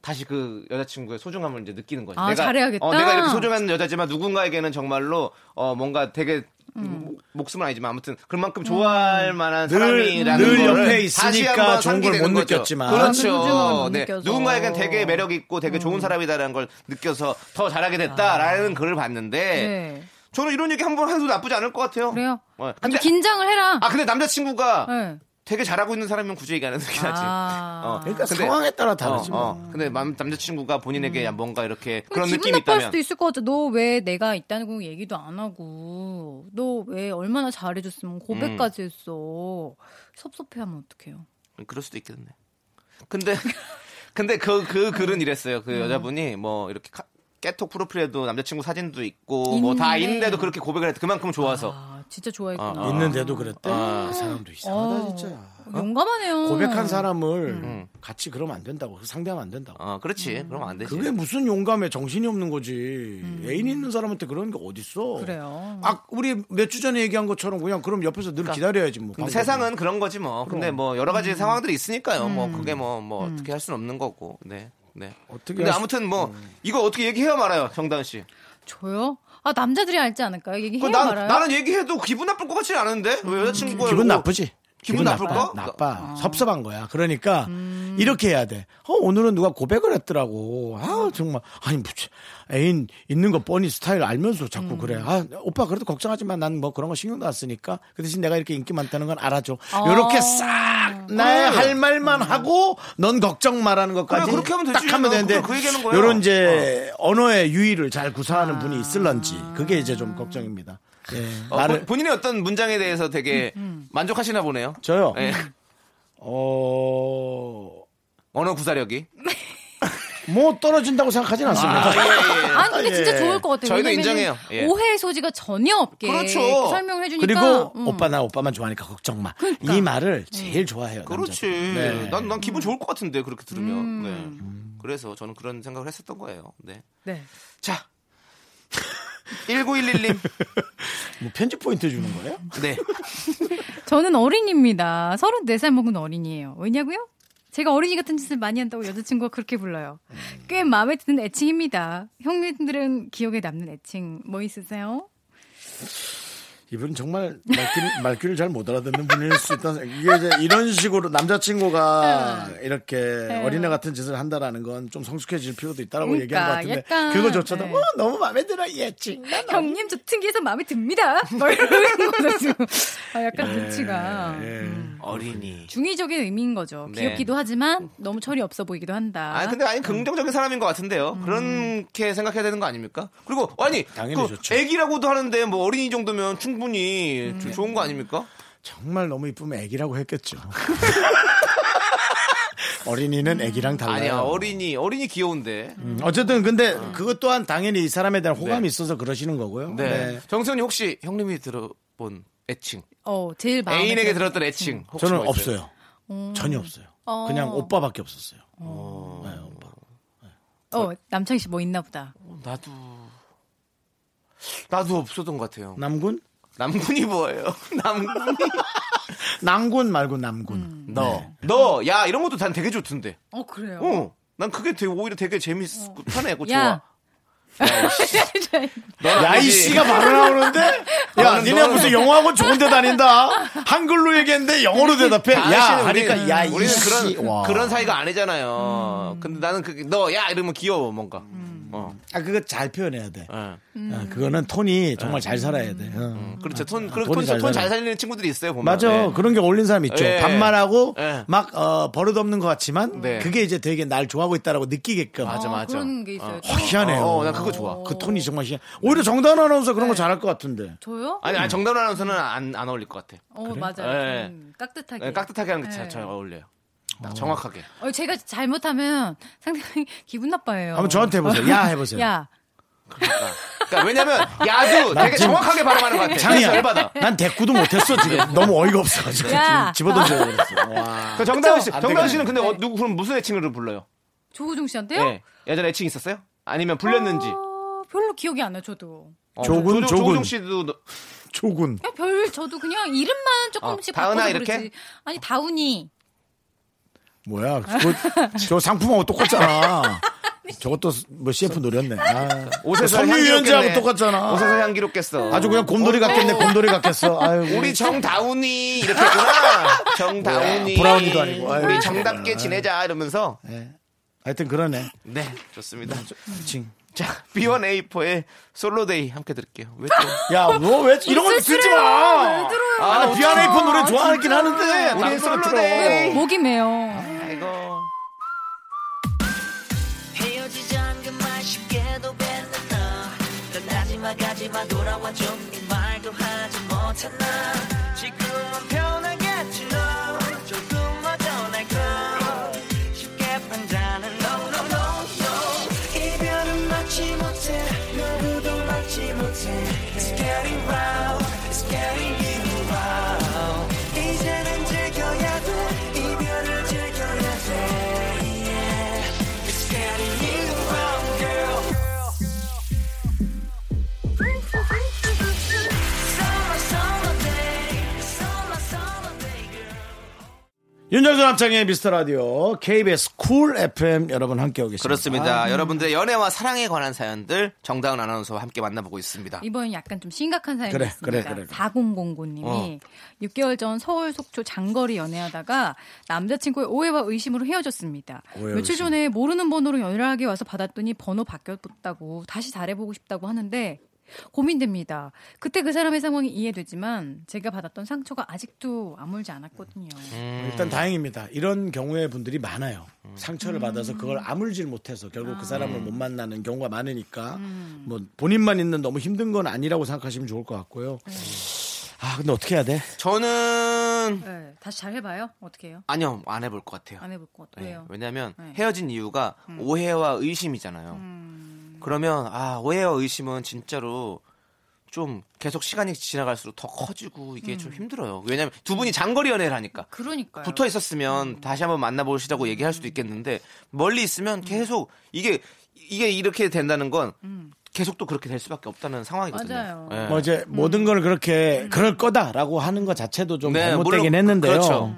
다시 그 여자친구의 소중함을 이제 느끼는 거죠.
아, 잘해야겠다.
어, 내가 이렇게 소중한 여자지만 누군가에게는 정말로 어, 뭔가 되게 음,
음.
목- 목숨은 아니지만 아무튼 그만큼 좋아할 만한
늘-
사람이라는
늘
거를
옆에
다시
있으니까
한번
좋은 걸못
상기되는 거죠.
느꼈지만.
그런 소중함을
그렇죠.
못
네.
느껴서. 음.
누군가에겐 되게 매력 있고 되게 좋은 사람이다라는 걸 느껴서 더 잘하게 됐다라는 글을 봤는데
아. 네.
저는 이런 얘기 한 번 해도 나쁘지 않을 것 같아요.
그래요?
어,
아주
근데
긴장을 해라.
아 근데 남자친구가
네.
되게 잘하고 있는 사람이면 굳이 얘기 안 해도 되긴 하지.
아.
어,
그러니까
근데-
상황에 따라
어,
다르지만
어. 근데 남, 남자친구가 본인에게 뭔가 이렇게 그런
뭐. 음. 기분
느낌이
나빠할
있다면
수도 있을 것 같아. 너 왜 내가 있다는 거 얘기도 안 하고, 너 왜 얼마나
음.
잘해줬으면 고백까지 했어. 섭섭해하면 어떡해요?
그럴 수도 있겠네. 근데 근데 그 그 글은 이랬어요.
음.
그 여자분이 뭐 이렇게 카- 깨톡 프로필에도 남자친구 사진도 있고 뭐 다
있는데.
있는데도 그렇게 고백을 했다. 그만큼 좋아서
아, 진짜 좋아했구나.
어, 어.
있는데도 그랬대.
아.
그 사람도
어.
이상하다 진짜.
음. 용감하네요.
고백한 사람을
음.
음.
같이 그러면 안 된다고 상대하면 안
아.
된다고.
어 그렇지. 그러면 안 되지. 어,
그게 뭐 무슨 용감해 정신이 없는 거지. 애인 있는 사람한테 그런 게 어딨어.
음. 그래요.
아, 우리 몇 주 전에 얘기한 것처럼 그냥 그럼 옆에서 늘 기다려야지 뭐.
근데
방법이.
세상은 그런 거지 뭐. 근데 뭐 여러
음.
가지 상황들이 있으니까요. 뭐 그게 뭐 뭐 어떻게 할 수는 없는 거고. 네. 네.
어떻게
근데
할 수- 음.
아무튼 뭐 이거 어떻게 얘기해야 말아요, 정다은 씨.
저요? 아, 남자들이 알지 않을까요? 얘기해야
그 난,
말아요? 음.
나는 얘기해도 기분 나쁠 것 같지는 않은데 왜 여자친구가 뭐
기분
이러고-
나쁘지.
기분 나쁠까? 아. 음.
나빠. 섭섭한 거야. 그러니까 이렇게 해야 돼. 어, 오늘은 누가 고백을 했더라고. 아, 정말. 아니, 무슨 애인 있는 거 뻔히 스타일 알면서 자꾸
음.
그래. 아, 오빠 그래도 걱정하지 마. 난 뭐 그런 거 신경도 안 쓰니까. 그 대신 내가 이렇게 인기 많다는 건 알아줘. 요렇게 싹 나의 할 말만 하고 넌 걱정 말하는 것까지
음. 그래, 그렇게 하면 되지.
딱 하면
난
되는데
그- 그 얘기하는 거야.
요런 이제 언어의 유의를 잘 구사하는 분이 있을런지 그게 이제 좀 걱정입니다. 예.
어,
나를-
본- 본인의 어떤 문장에 대해서 되게 만족하시나 보네요.
저요.
예.
어,
언어 구사력이.
뭐 떨어진다고
아,
생각하진 않습니다.
그러니까, 아니, 근데 진짜
예.
좋을 것 같아요.
저희도
왜냐면은
인정해요. 예.
오해의 소지가 전혀 없게
그렇죠.
설명을 해주니까.
그리고
음. 그러니까.
오빠 나 오빠만 좋아하니까 걱정 마. 이 말을 제일 좋아해요.
그렇지.
남자들이. 네.
난, 난 기분 좋을 것 같은데, 그렇게 들으면. 네. 그래서 저는 그런 생각을 했었던 거예요. 네.
네.
자. 1911님.
뭐 편집 포인트 주는 거예요?
네.
저는 어린입니다. 34살 먹은 어린이에요. 왜냐고요? 제가 어린이 같은 짓을 많이 한다고 여자친구가 그렇게 불러요. 꽤 마음에 드는 애칭입니다. 형님들은 기억에 남는 애칭 뭐 있으세요?
이분은 정말 말귀를, 말귀를 잘 못 알아듣는 분일 수 있다는 생각- 이게 이제 이런 식으로 남자친구가
네.
이렇게 어린애 같은 짓을 한다라는 건 좀 성숙해질 필요도 있다라고
그러니까,
얘기한 것 같은데
약간,
그거조차도
네.
어, 너무 마음에 들어 예지
형님 저 특이해서 마음에 듭니다. 막 이러는 거죠 지금. 아,
네.
약간
네,
눈치가
예.
음.
어린이.
중의적인 의미인 거죠.
네.
귀엽기도 하지만 너무 철이 없어 보이기도 한다.
아 근데 아니 긍정적인 사람인 것 같은데요. 그렇게 생각해야 되는 거 아닙니까? 그리고 아니
당연히
그
좋죠.
애기라고도 하는데 뭐 어린이 정도면 충분히 주- 좋은 거 아닙니까?
정말 너무 이쁘면 애기라고 했겠죠 어린이는 애기랑 달라요
아니야 어린이 어린이 귀여운데.
음, 어쨌든 근데 그것 또한 당연히 이 사람에 대한 호감이 있어서 그러시는 거고요
네.
네.
정선이 혹시 형님이 들어본 애칭
어 제일 마음에
애인에게
들었-
들었던 애칭 혹시
저는
뭐 있어요?
없어요 전혀 음. 없어요 그냥 오빠밖에 없었어요 네, 오빠.
어 남창희 씨 뭐 있나 보다.
나도 나도 없었던 것 같아요.
남군
남군이 뭐예요? 남군이
남군 말고 남군
네. 너너야 이런 것도 난 되게 좋던데.
어 그래요.
어. 난 그게 되게 오히려 되게 재밌고 편하고 좋아.
야.
너는
야, 이
아니지.
씨가 바로 나오는데? 야,
너는,
니네
너는.
무슨 영어학원 좋은 데 다닌다? 한글로 얘기했는데 영어로 대답해? 야,
당신은
하니까, 그러니까
우리는-
야, 이
우리는
씨.
그런
와.
그런 사이가 아니잖아요.
음.
근데 나는 그게 너야 이러면 귀여워 뭔가. 어,
아, 그거 잘 표현해야 돼.
예.
아, 그거는 톤이 정말 잘 살아야 돼. 어.
음. 그렇죠. 톤, 그런
돈이
톤,
잘
톤 잘
사는.
살리는 친구들이 있어요, 보면.
맞아.
예.
그런 게 어울린 사람 있죠.
예.
반말하고
예.
막, 어, 버릇없는 것 같지만
네.
그게 이제 되게 날 좋아하고 있다라고 느끼게끔.
맞아,
어,
맞아.
그런 게 있어요.
어, 희한해요.
어, 난 그거 좋아.
그 톤이 정말 희한. 오히려 정다운 아나운서 그런 거
네.
잘할 것 같은데.
저요?
아니, 아니 정답 아나운서는 안, 안 어울릴 것 같아.
어 맞아요.
예.
좀 깍듯하게.
예, 깍듯하게 하는 게
예.
잘, 잘 어울려요. 딱 정확하게.
어, 제가 잘못하면 상당히 기분 나빠요.
한번 저한테 해보세요. 야, 해보세요.
야,
그러니까, 그러니까 왜냐면 야도 되게
지금
정확하게 발음하는 것 같아.
장이야.
열받아.
난 대꾸도 못했어, 지금. 너무 어이가 없어가지고.
야.
지금 집어던져야 그랬어. 와.
그 정다은 씨,
안
정다은 씨는 근데
되겠네.
어, 누구 그럼 무슨 애칭으로 불러요?
조우종 씨한테요?
예, 예전에 애칭 있었어요? 아니면 불렸는지?
네. 어, 별로 기억이 안 나요, 저도.
어,
조군,
조종-
조군.
조종 씨도 너-
조군.
그냥 별, 저도 그냥 이름만 조금씩
어, 다은아
바꿔서
이렇게?
그러지. 아니, 다운이.
뭐야? 그거, 저 상품하고 똑같잖아. 저것도 뭐 CF 노렸네. 아.
오세서
섬유유연제하고
향기롭겠네.
똑같잖아.
오세서 향기롭겠어.
아주 그냥 곰돌이 같겠네. 곰돌이 같겠어. 아유.
우리 정다운이 이렇게 했구나. 정다운이.
네. 브라운이도 아니고. 아유, 네.
우리
정말.
정답게 지내자 이러면서.
하여튼 그러네.
네, 좋습니다.
미친.
자, B1A4의 솔로데이 함께 들을게요. 왜 또?
야, 너 왜 이런 거 듣지 마. 아, 나 비아레이폰 노래 좋아하긴 하는데.
우리
남들은 들어.
솔로데이.
목이 메요.
아이고.
헤어지자는 그말 쉽게도 뱉는 너 떠나지마 가지마 돌아와줘 이 말도 하지 못한 나 지금은 변하겠지 너 조금만 전할 걸 쉽게 판단은 no no no no 이별은 막지 못해 누구도 막지 못해 It's getting round It's getting you round 이제는 즐겨야 돼 이별을 즐겨야 돼 yeah. It's getting you wrong, girl. Summer, summer day, summer, summer day, girl.
윤정수 남창의 미스터 라디오 KBS 쿨 FM 여러분 함께하고 계십니다.
그렇습니다. 여러분들의 연애와 사랑에 관한 사연들 정다은 아나운서와 함께 만나보고 있습니다.
이번엔 약간 좀 심각한 사연이
그래,
있습니다.
그래, 어. 그래, 그래.
4009님이 6개월 전 서울 속초 장거리 연애하다가 남자친구의 오해와 의심으로 헤어졌습니다.
오해와
며칠
의심.
전에 모르는 번호로 연락이 와서 받았더니 번호 바뀌었다고 다시 잘해보고 싶다고 하는데 고민됩니다. 그때 그 사람의 상황이 이해되지만 제가 받았던 상처가 아직도 아물지 않았거든요.
일단 다행입니다. 이런 경우의 분들이 많아요. 상처를 받아서 그걸 아물질 못해서 결국 그 사람을 못 만나는 경우가 많으니까 뭐 본인만 있는 너무 힘든 건 아니라고 생각하시면 좋을 것 같고요. 아 근데 어떻게 해야 돼?
저는
네, 다시 잘해봐요. 어떻게 해요?
아니요 안 해볼 것 같아요.
안 해볼 것
네,
같아요.
왜냐하면
네.
헤어진 이유가 오해와 의심이잖아요. 그러면 아 오해와 의심은 진짜로 좀 계속 시간이 지나갈수록 더 커지고 이게 좀 힘들어요. 왜냐하면 두 분이 장거리 연애를 하니까
그러니까요.
붙어 있었으면 다시 한번 만나보시라고 얘기할 수도 있겠는데 멀리 있으면 계속 이게 이게 이렇게 된다는 건 계속 또 그렇게 될 수밖에 없다는 상황이거든요.
음. 맞아요.
예.
뭐
음.
이제 모든 걸 그렇게 그럴 거다라고 하는 것 자체도 좀
네,
잘못되긴
물론
했는데요.
그렇죠.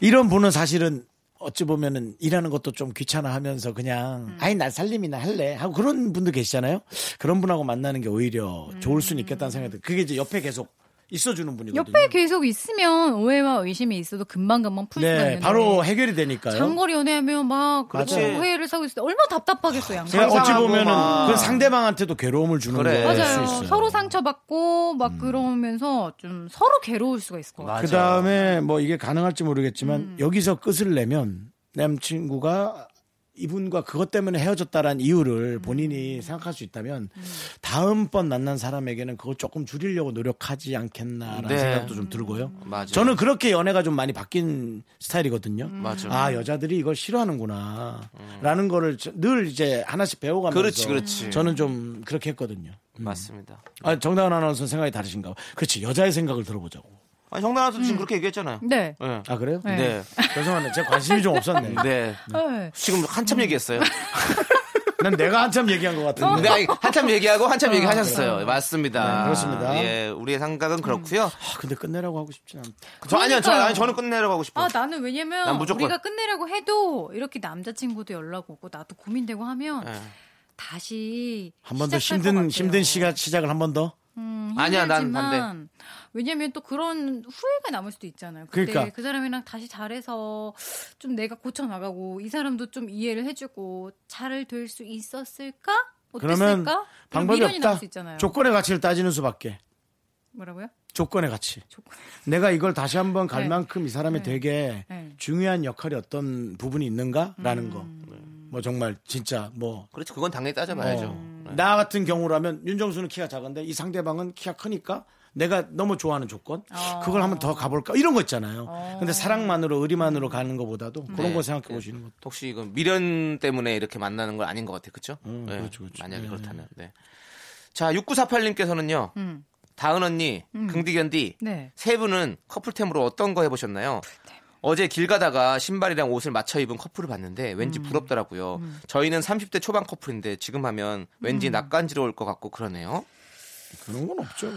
이런 분은 사실은 어찌 보면은 일하는 것도 좀 귀찮아하면서 그냥
음.
아니 나 살림이나 할래 하고 그런 분도 계시잖아요. 그런 분하고 만나는 게 오히려
음.
좋을 수는 있겠다는 생각이 들. 그게 이제 옆에 계속 있어주는 분이거든요.
옆에 계속 있으면 오해와 의심이 있어도 금방금방 풀 수가
네,
있는데
바로 해결이 되니까요.
장거리 연애하면 막 그렇게
맞아요.
오해를 사고 있을 때 얼마나 답답하겠어 양쪽.
제가 네, 어찌
상상하고
보면은
막.
그 상대방한테도 괴로움을 주는
그래.
거일
맞아요.
네, 수 있어요. 음.
서로 상처받고 막 그러면서 좀 서로 괴로울 수가 있을 것 같아요.
그 다음에 뭐 이게 가능할지 모르겠지만
음.
여기서 끝을 내면 남친구가 이분과 그것 때문에 헤어졌다라는
음.
이유를 본인이 생각할 수 있다면 다음번 만난 사람에게는 그걸 조금 줄이려고 노력하지 않겠나라는
네.
생각도 좀 들고요.
맞아요. 음.
저는 그렇게 연애가 좀 많이 바뀐 스타일이거든요.
맞아요. 음.
아 여자들이 이걸 싫어하는구나라는 거를 저- 늘 이제 하나씩 배워가면서
그렇지, 그렇지.
저는 좀 그렇게 했거든요.
맞습니다.
아, 정다은 아나운서 생각이 다르신가 봐. 그렇지 여자의 생각을 들어보자고.
아니, 형나라도
음.
지금 그렇게 얘기했잖아요.
네.
네.
아 그래요?
네.
죄송한데 제 관심이 좀 없었네.
네.
음.
네.
지금 한참 얘기했어요.
난 내가 한참 얘기한 것 같은데.
네, 아니, 한참 얘기하고 한참 얘기하셨어요. 맞습니다.
네, 그렇습니다.
예, 우리의 생각은 그렇고요.
아, 근데 끝내라고 하고 싶진 않다.
저 아니요, 저
음. 그러니까요.
아니, 저는 끝내려고 하고
뭐.
싶어요.
아 나는 왜냐면
난 무조건-
우리가 끝내라고 해도 이렇게 남자친구도 연락 오고 나도 고민되고 하면 다시
네. 한 번 더
시작할 것 같아요.
힘든 힘든 시간 시작을 한 번 더.
음,
아니야, 난
힘들지만
반대.
왜냐면 또 그런 후회가 남을 수도 있잖아요. 그때
그러니까.
그 사람이랑 다시 잘해서 좀 내가 고쳐 나가고 이 사람도 좀 이해를 해주고 잘 될 수 있었을까?
그러면
어땠을까? 이런
방법이
미련이
없다.
남을 수 있잖아요.
조건의 가치를 따지는 수밖에.
뭐라고요?
조건의 가치. 내가 이걸 다시 한번 갈
네.
만큼 이 사람이 되게
네.
중요한 역할이 어떤 부분이 있는가라는 거.
음.
뭐 정말 진짜 뭐.
그렇죠. 그렇지, 그건 당연히 따져봐야죠.
어.
어. 나 같은 경우라면 윤정수는 키가 작은데 이 상대방은 키가 크니까 내가 너무 좋아하는 조건 그걸 한번 더 가볼까 이런 거 있잖아요. 근데 사랑만으로 의리만으로 가는 것보다도 그런
네.
거 생각해 보시는 것도.
혹시 이건 미련 때문에 이렇게 만나는 건 아닌 것 같아요. 그쵸? 네.
그렇죠, 그렇죠.
만약에
네.
그렇다면. 네. 자, 6948님께서는요.
음.
다은 언니, 긍디견디.
네.
세 분은 커플템으로 어떤 거 해보셨나요? 어제 길 가다가 신발이랑 옷을 맞춰 입은 커플을 봤는데 왠지
음.
부럽더라고요. 저희는 30대 초반 커플인데 지금 하면 왠지
음.
낯간지러울 것 같고 그러네요.
그런 건 없죠.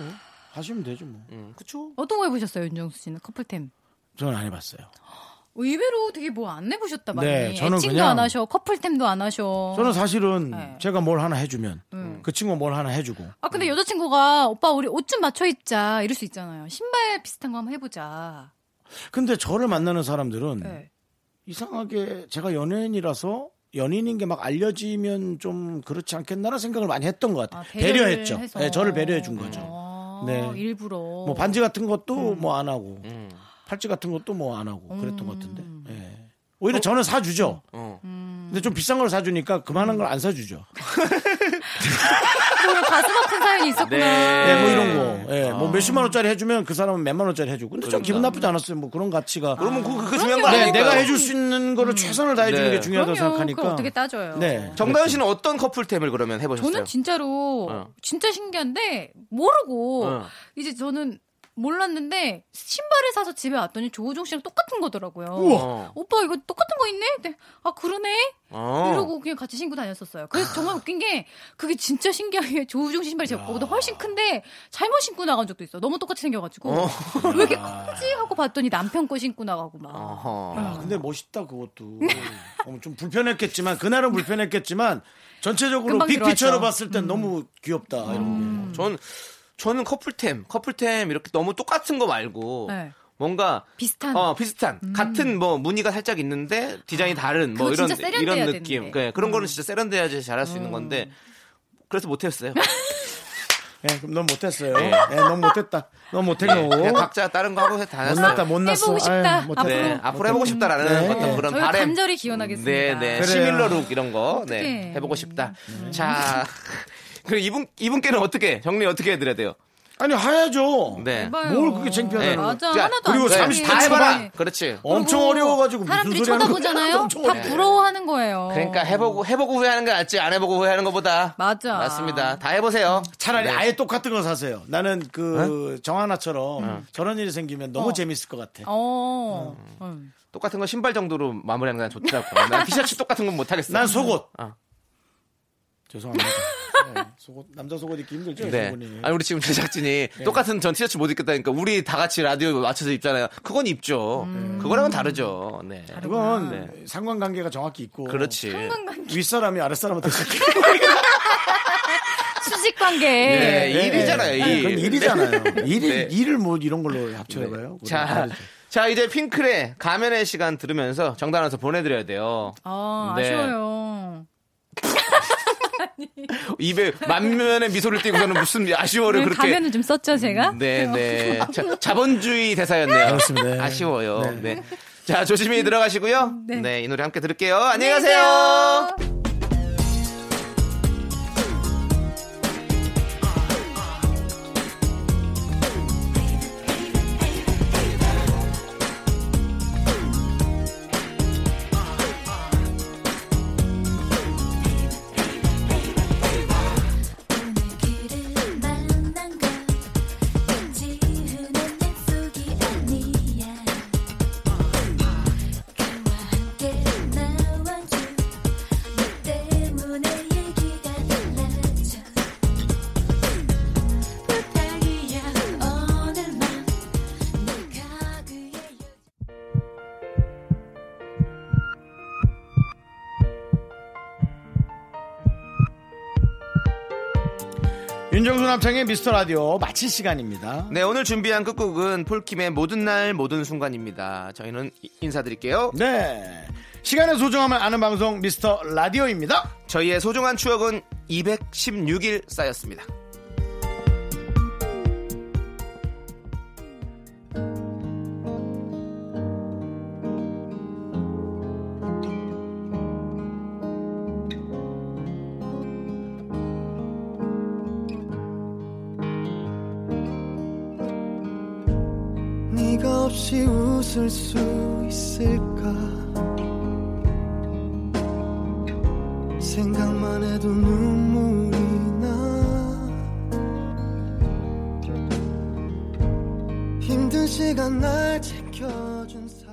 하시면 되죠 뭐.
음, 그쵸?
어떤 거 해보셨어요, 윤정수 씨는 커플템?
저는 안 해봤어요.
의외로 되게 뭐 안 해보셨다 많이.
네, 저는
애칭도
그냥-
안 하셔, 커플템도 안 하셔.
저는 사실은
어. 네.
제가 뭘 하나 해주면 그 친구가 뭘 하나 해주고
아 근데 여자친구가 오빠 우리 옷 좀 맞춰 입자 이럴 수 있잖아요. 신발 비슷한 거 한번 해보자.
근데 저를 만나는 사람들은
네.
이상하게 제가 연예인이라서 연인인 게 막 알려지면 좀 그렇지 않겠나라는 생각을 많이 했던 것 같아요.
아,
배려했죠.
해서.
네, 저를 배려해 준 거죠.
아,
네.
일부러.
뭐 반지 같은 것도
음.
뭐 안 하고
음.
팔찌 같은 것도 뭐 안 하고 그랬던 것 같은데.
음.
예. 오히려 저는 사주죠.
어.
근데 좀 비싼 걸 사주니까 그만한 걸 안 사주죠.
오늘 가슴 아픈 사연이 있었구나.
네.
예, 뭐 이런 거. 예, 뭐
아.
몇십만 원짜리 해주면 그 사람은 몇만 원짜리 해주고. 근데 좀 기분 나쁘지 않았어요. 뭐 그런 가치가.
그러니까. 그러면 그, 그 중요한 거
네,
아니에요?
내가 해줄 수 있는 거를 최선을 다해주는
네.
게 중요하다고
음. 그럼요.
생각하니까.
그걸 어떻게 따져요?
네.
정다현 씨는 어떤 커플템을 그러면 해보셨어요?
저는 진짜로
어.
진짜 신기한데 모르고
어.
이제 저는 몰랐는데 신발을 사서 집에 왔더니 조우종 씨랑 똑같은 거더라고요.
우와.
오빠 이거 똑같은 거 있네? 네. 아 그러네?
어.
이러고 그냥 같이 신고 다녔었어요. 그래서
아.
정말 웃긴 게 그게 진짜 신기하게 조우종 씨 신발이 제 거보다 훨씬 큰데 잘못 신고 나간 적도 있어. 너무 똑같이 생겨가지고 왜 이렇게 크지 하고 봤더니 남편 거 신고 나가고 막.
어허.
아, 근데 멋있다 그것도. 어, 좀 불편했겠지만 그날은 불편했겠지만 전체적으로
금방
빅피처로
들어왔죠. 음.
봤을 땐 너무 귀엽다. 이런
전 저는 커플템, 커플템 이렇게 너무 똑같은 거 말고
네.
뭔가
비슷한? 음.
어 비슷한 같은 뭐 무늬가 살짝 있는데 디자인이 다른 뭐
아, 그거
이런
진짜 세련돼야
이런 느낌
되는데. 음.
예, 그런 거는 진짜 세련돼야지 잘할 수 있는 건데 그래서 못했어요.
게. 예, 그럼 넌 못했어요. 예, 넌 못했다. 넌 못했고.
네. 그냥 각자 다른 거 하고
못났다
다 했어요.
못났어.
해보고 싶다.
아유, 못했다.
네,
앞으로.
앞으로 해보고 싶다라는
네.
어떤 그런
저희
바램.
간절히 기원하겠습니다.
네, 네.
그래요.
시밀러룩 이런 거. 네.
어떡해.
해보고 싶다.
음.
자. 그럼 이분, 이분께는 어떻게, 정리 어떻게 해드려야 돼요?
아니 하야죠.
네.
봐요.
뭘 그렇게 창피하다는
네. 거야.
맞아.
자,
하나도
그러니까 그리고
안
네,
창피해.
30대
다 해봐라!
네.
그렇지.
엄청
그리고
어려워가지고 무슨
사람들이
소리 하는 거야.
쳐다보잖아요.
엄청
다
어려워.
부러워하는 거예요.
그러니까 해보고 해보고 후회하는 게 낫지 안 해보고 후회하는 것보다
맞아.
맞습니다. 다 해보세요.
차라리
네.
아예 똑같은 거 사세요. 나는 그 정하나처럼
음.
저런 일이 생기면 너무
어.
재밌을 것 같아.
어. 음.
똑같은 거 신발 정도로 마무리하는 게 좋더라고. 난 티셔츠 똑같은 건 못하겠어.
난 속옷.
어.
죄송합니다. 네, 속옷, 남자 속옷 입기 힘들죠,
네.
여성분이.
아니 우리 지금 제작진이 똑같은 전 티셔츠 못 입겠다니까 우리 다 같이 라디오 맞춰서 입잖아요. 그건 입죠. 그거랑은 다르죠. 네.
그건 상관관계가 정확히 있고.
그렇지.
윗사람이 아랫사람한테 시키는
수직 관계.
네, 일이잖아요.
네, 네.
일.
그건 일이잖아요. 일,
네.
일을 뭐 이런 걸로 합쳐봐요.
자, 자 이제 핑클의 가면의 시간 들으면서 정단원서 보내드려야 돼요.
아,
네.
아쉬워요.
입에 만면의 미소를 띄고서는 무슨 아쉬워를
오늘
그렇게.
가면은 좀 썼죠, 제가?
음,
네, 네. 자, 자본주의 대사였네요.
그렇습니다.
아쉬워요. 네. 자, 조심히 들어가시고요. 네.
네.
이 노래 함께 들을게요. 안녕히 가세요.
오늘 길을 만난 건 왠지 흔한 약속이 아니야 그와 함께 나와줘 너 때문에 얘기가 달라져 부탁이야 오늘만 내가 그의
윤정수 남창의 미스터 라디오 마칠 시간입니다.
네, 오늘 준비한 끝곡은 폴킴의 모든 날, 모든 순간입니다. 저희는 이- 인사드릴게요.
네. 시간의 소중함을 아는 방송 미스터 라디오입니다.
저희의 소중한 추억은 216일 쌓였습니다.
네가 없이 웃을 수 있을까 생각만 해도 눈물이 나 힘든 시간 날 지켜준 사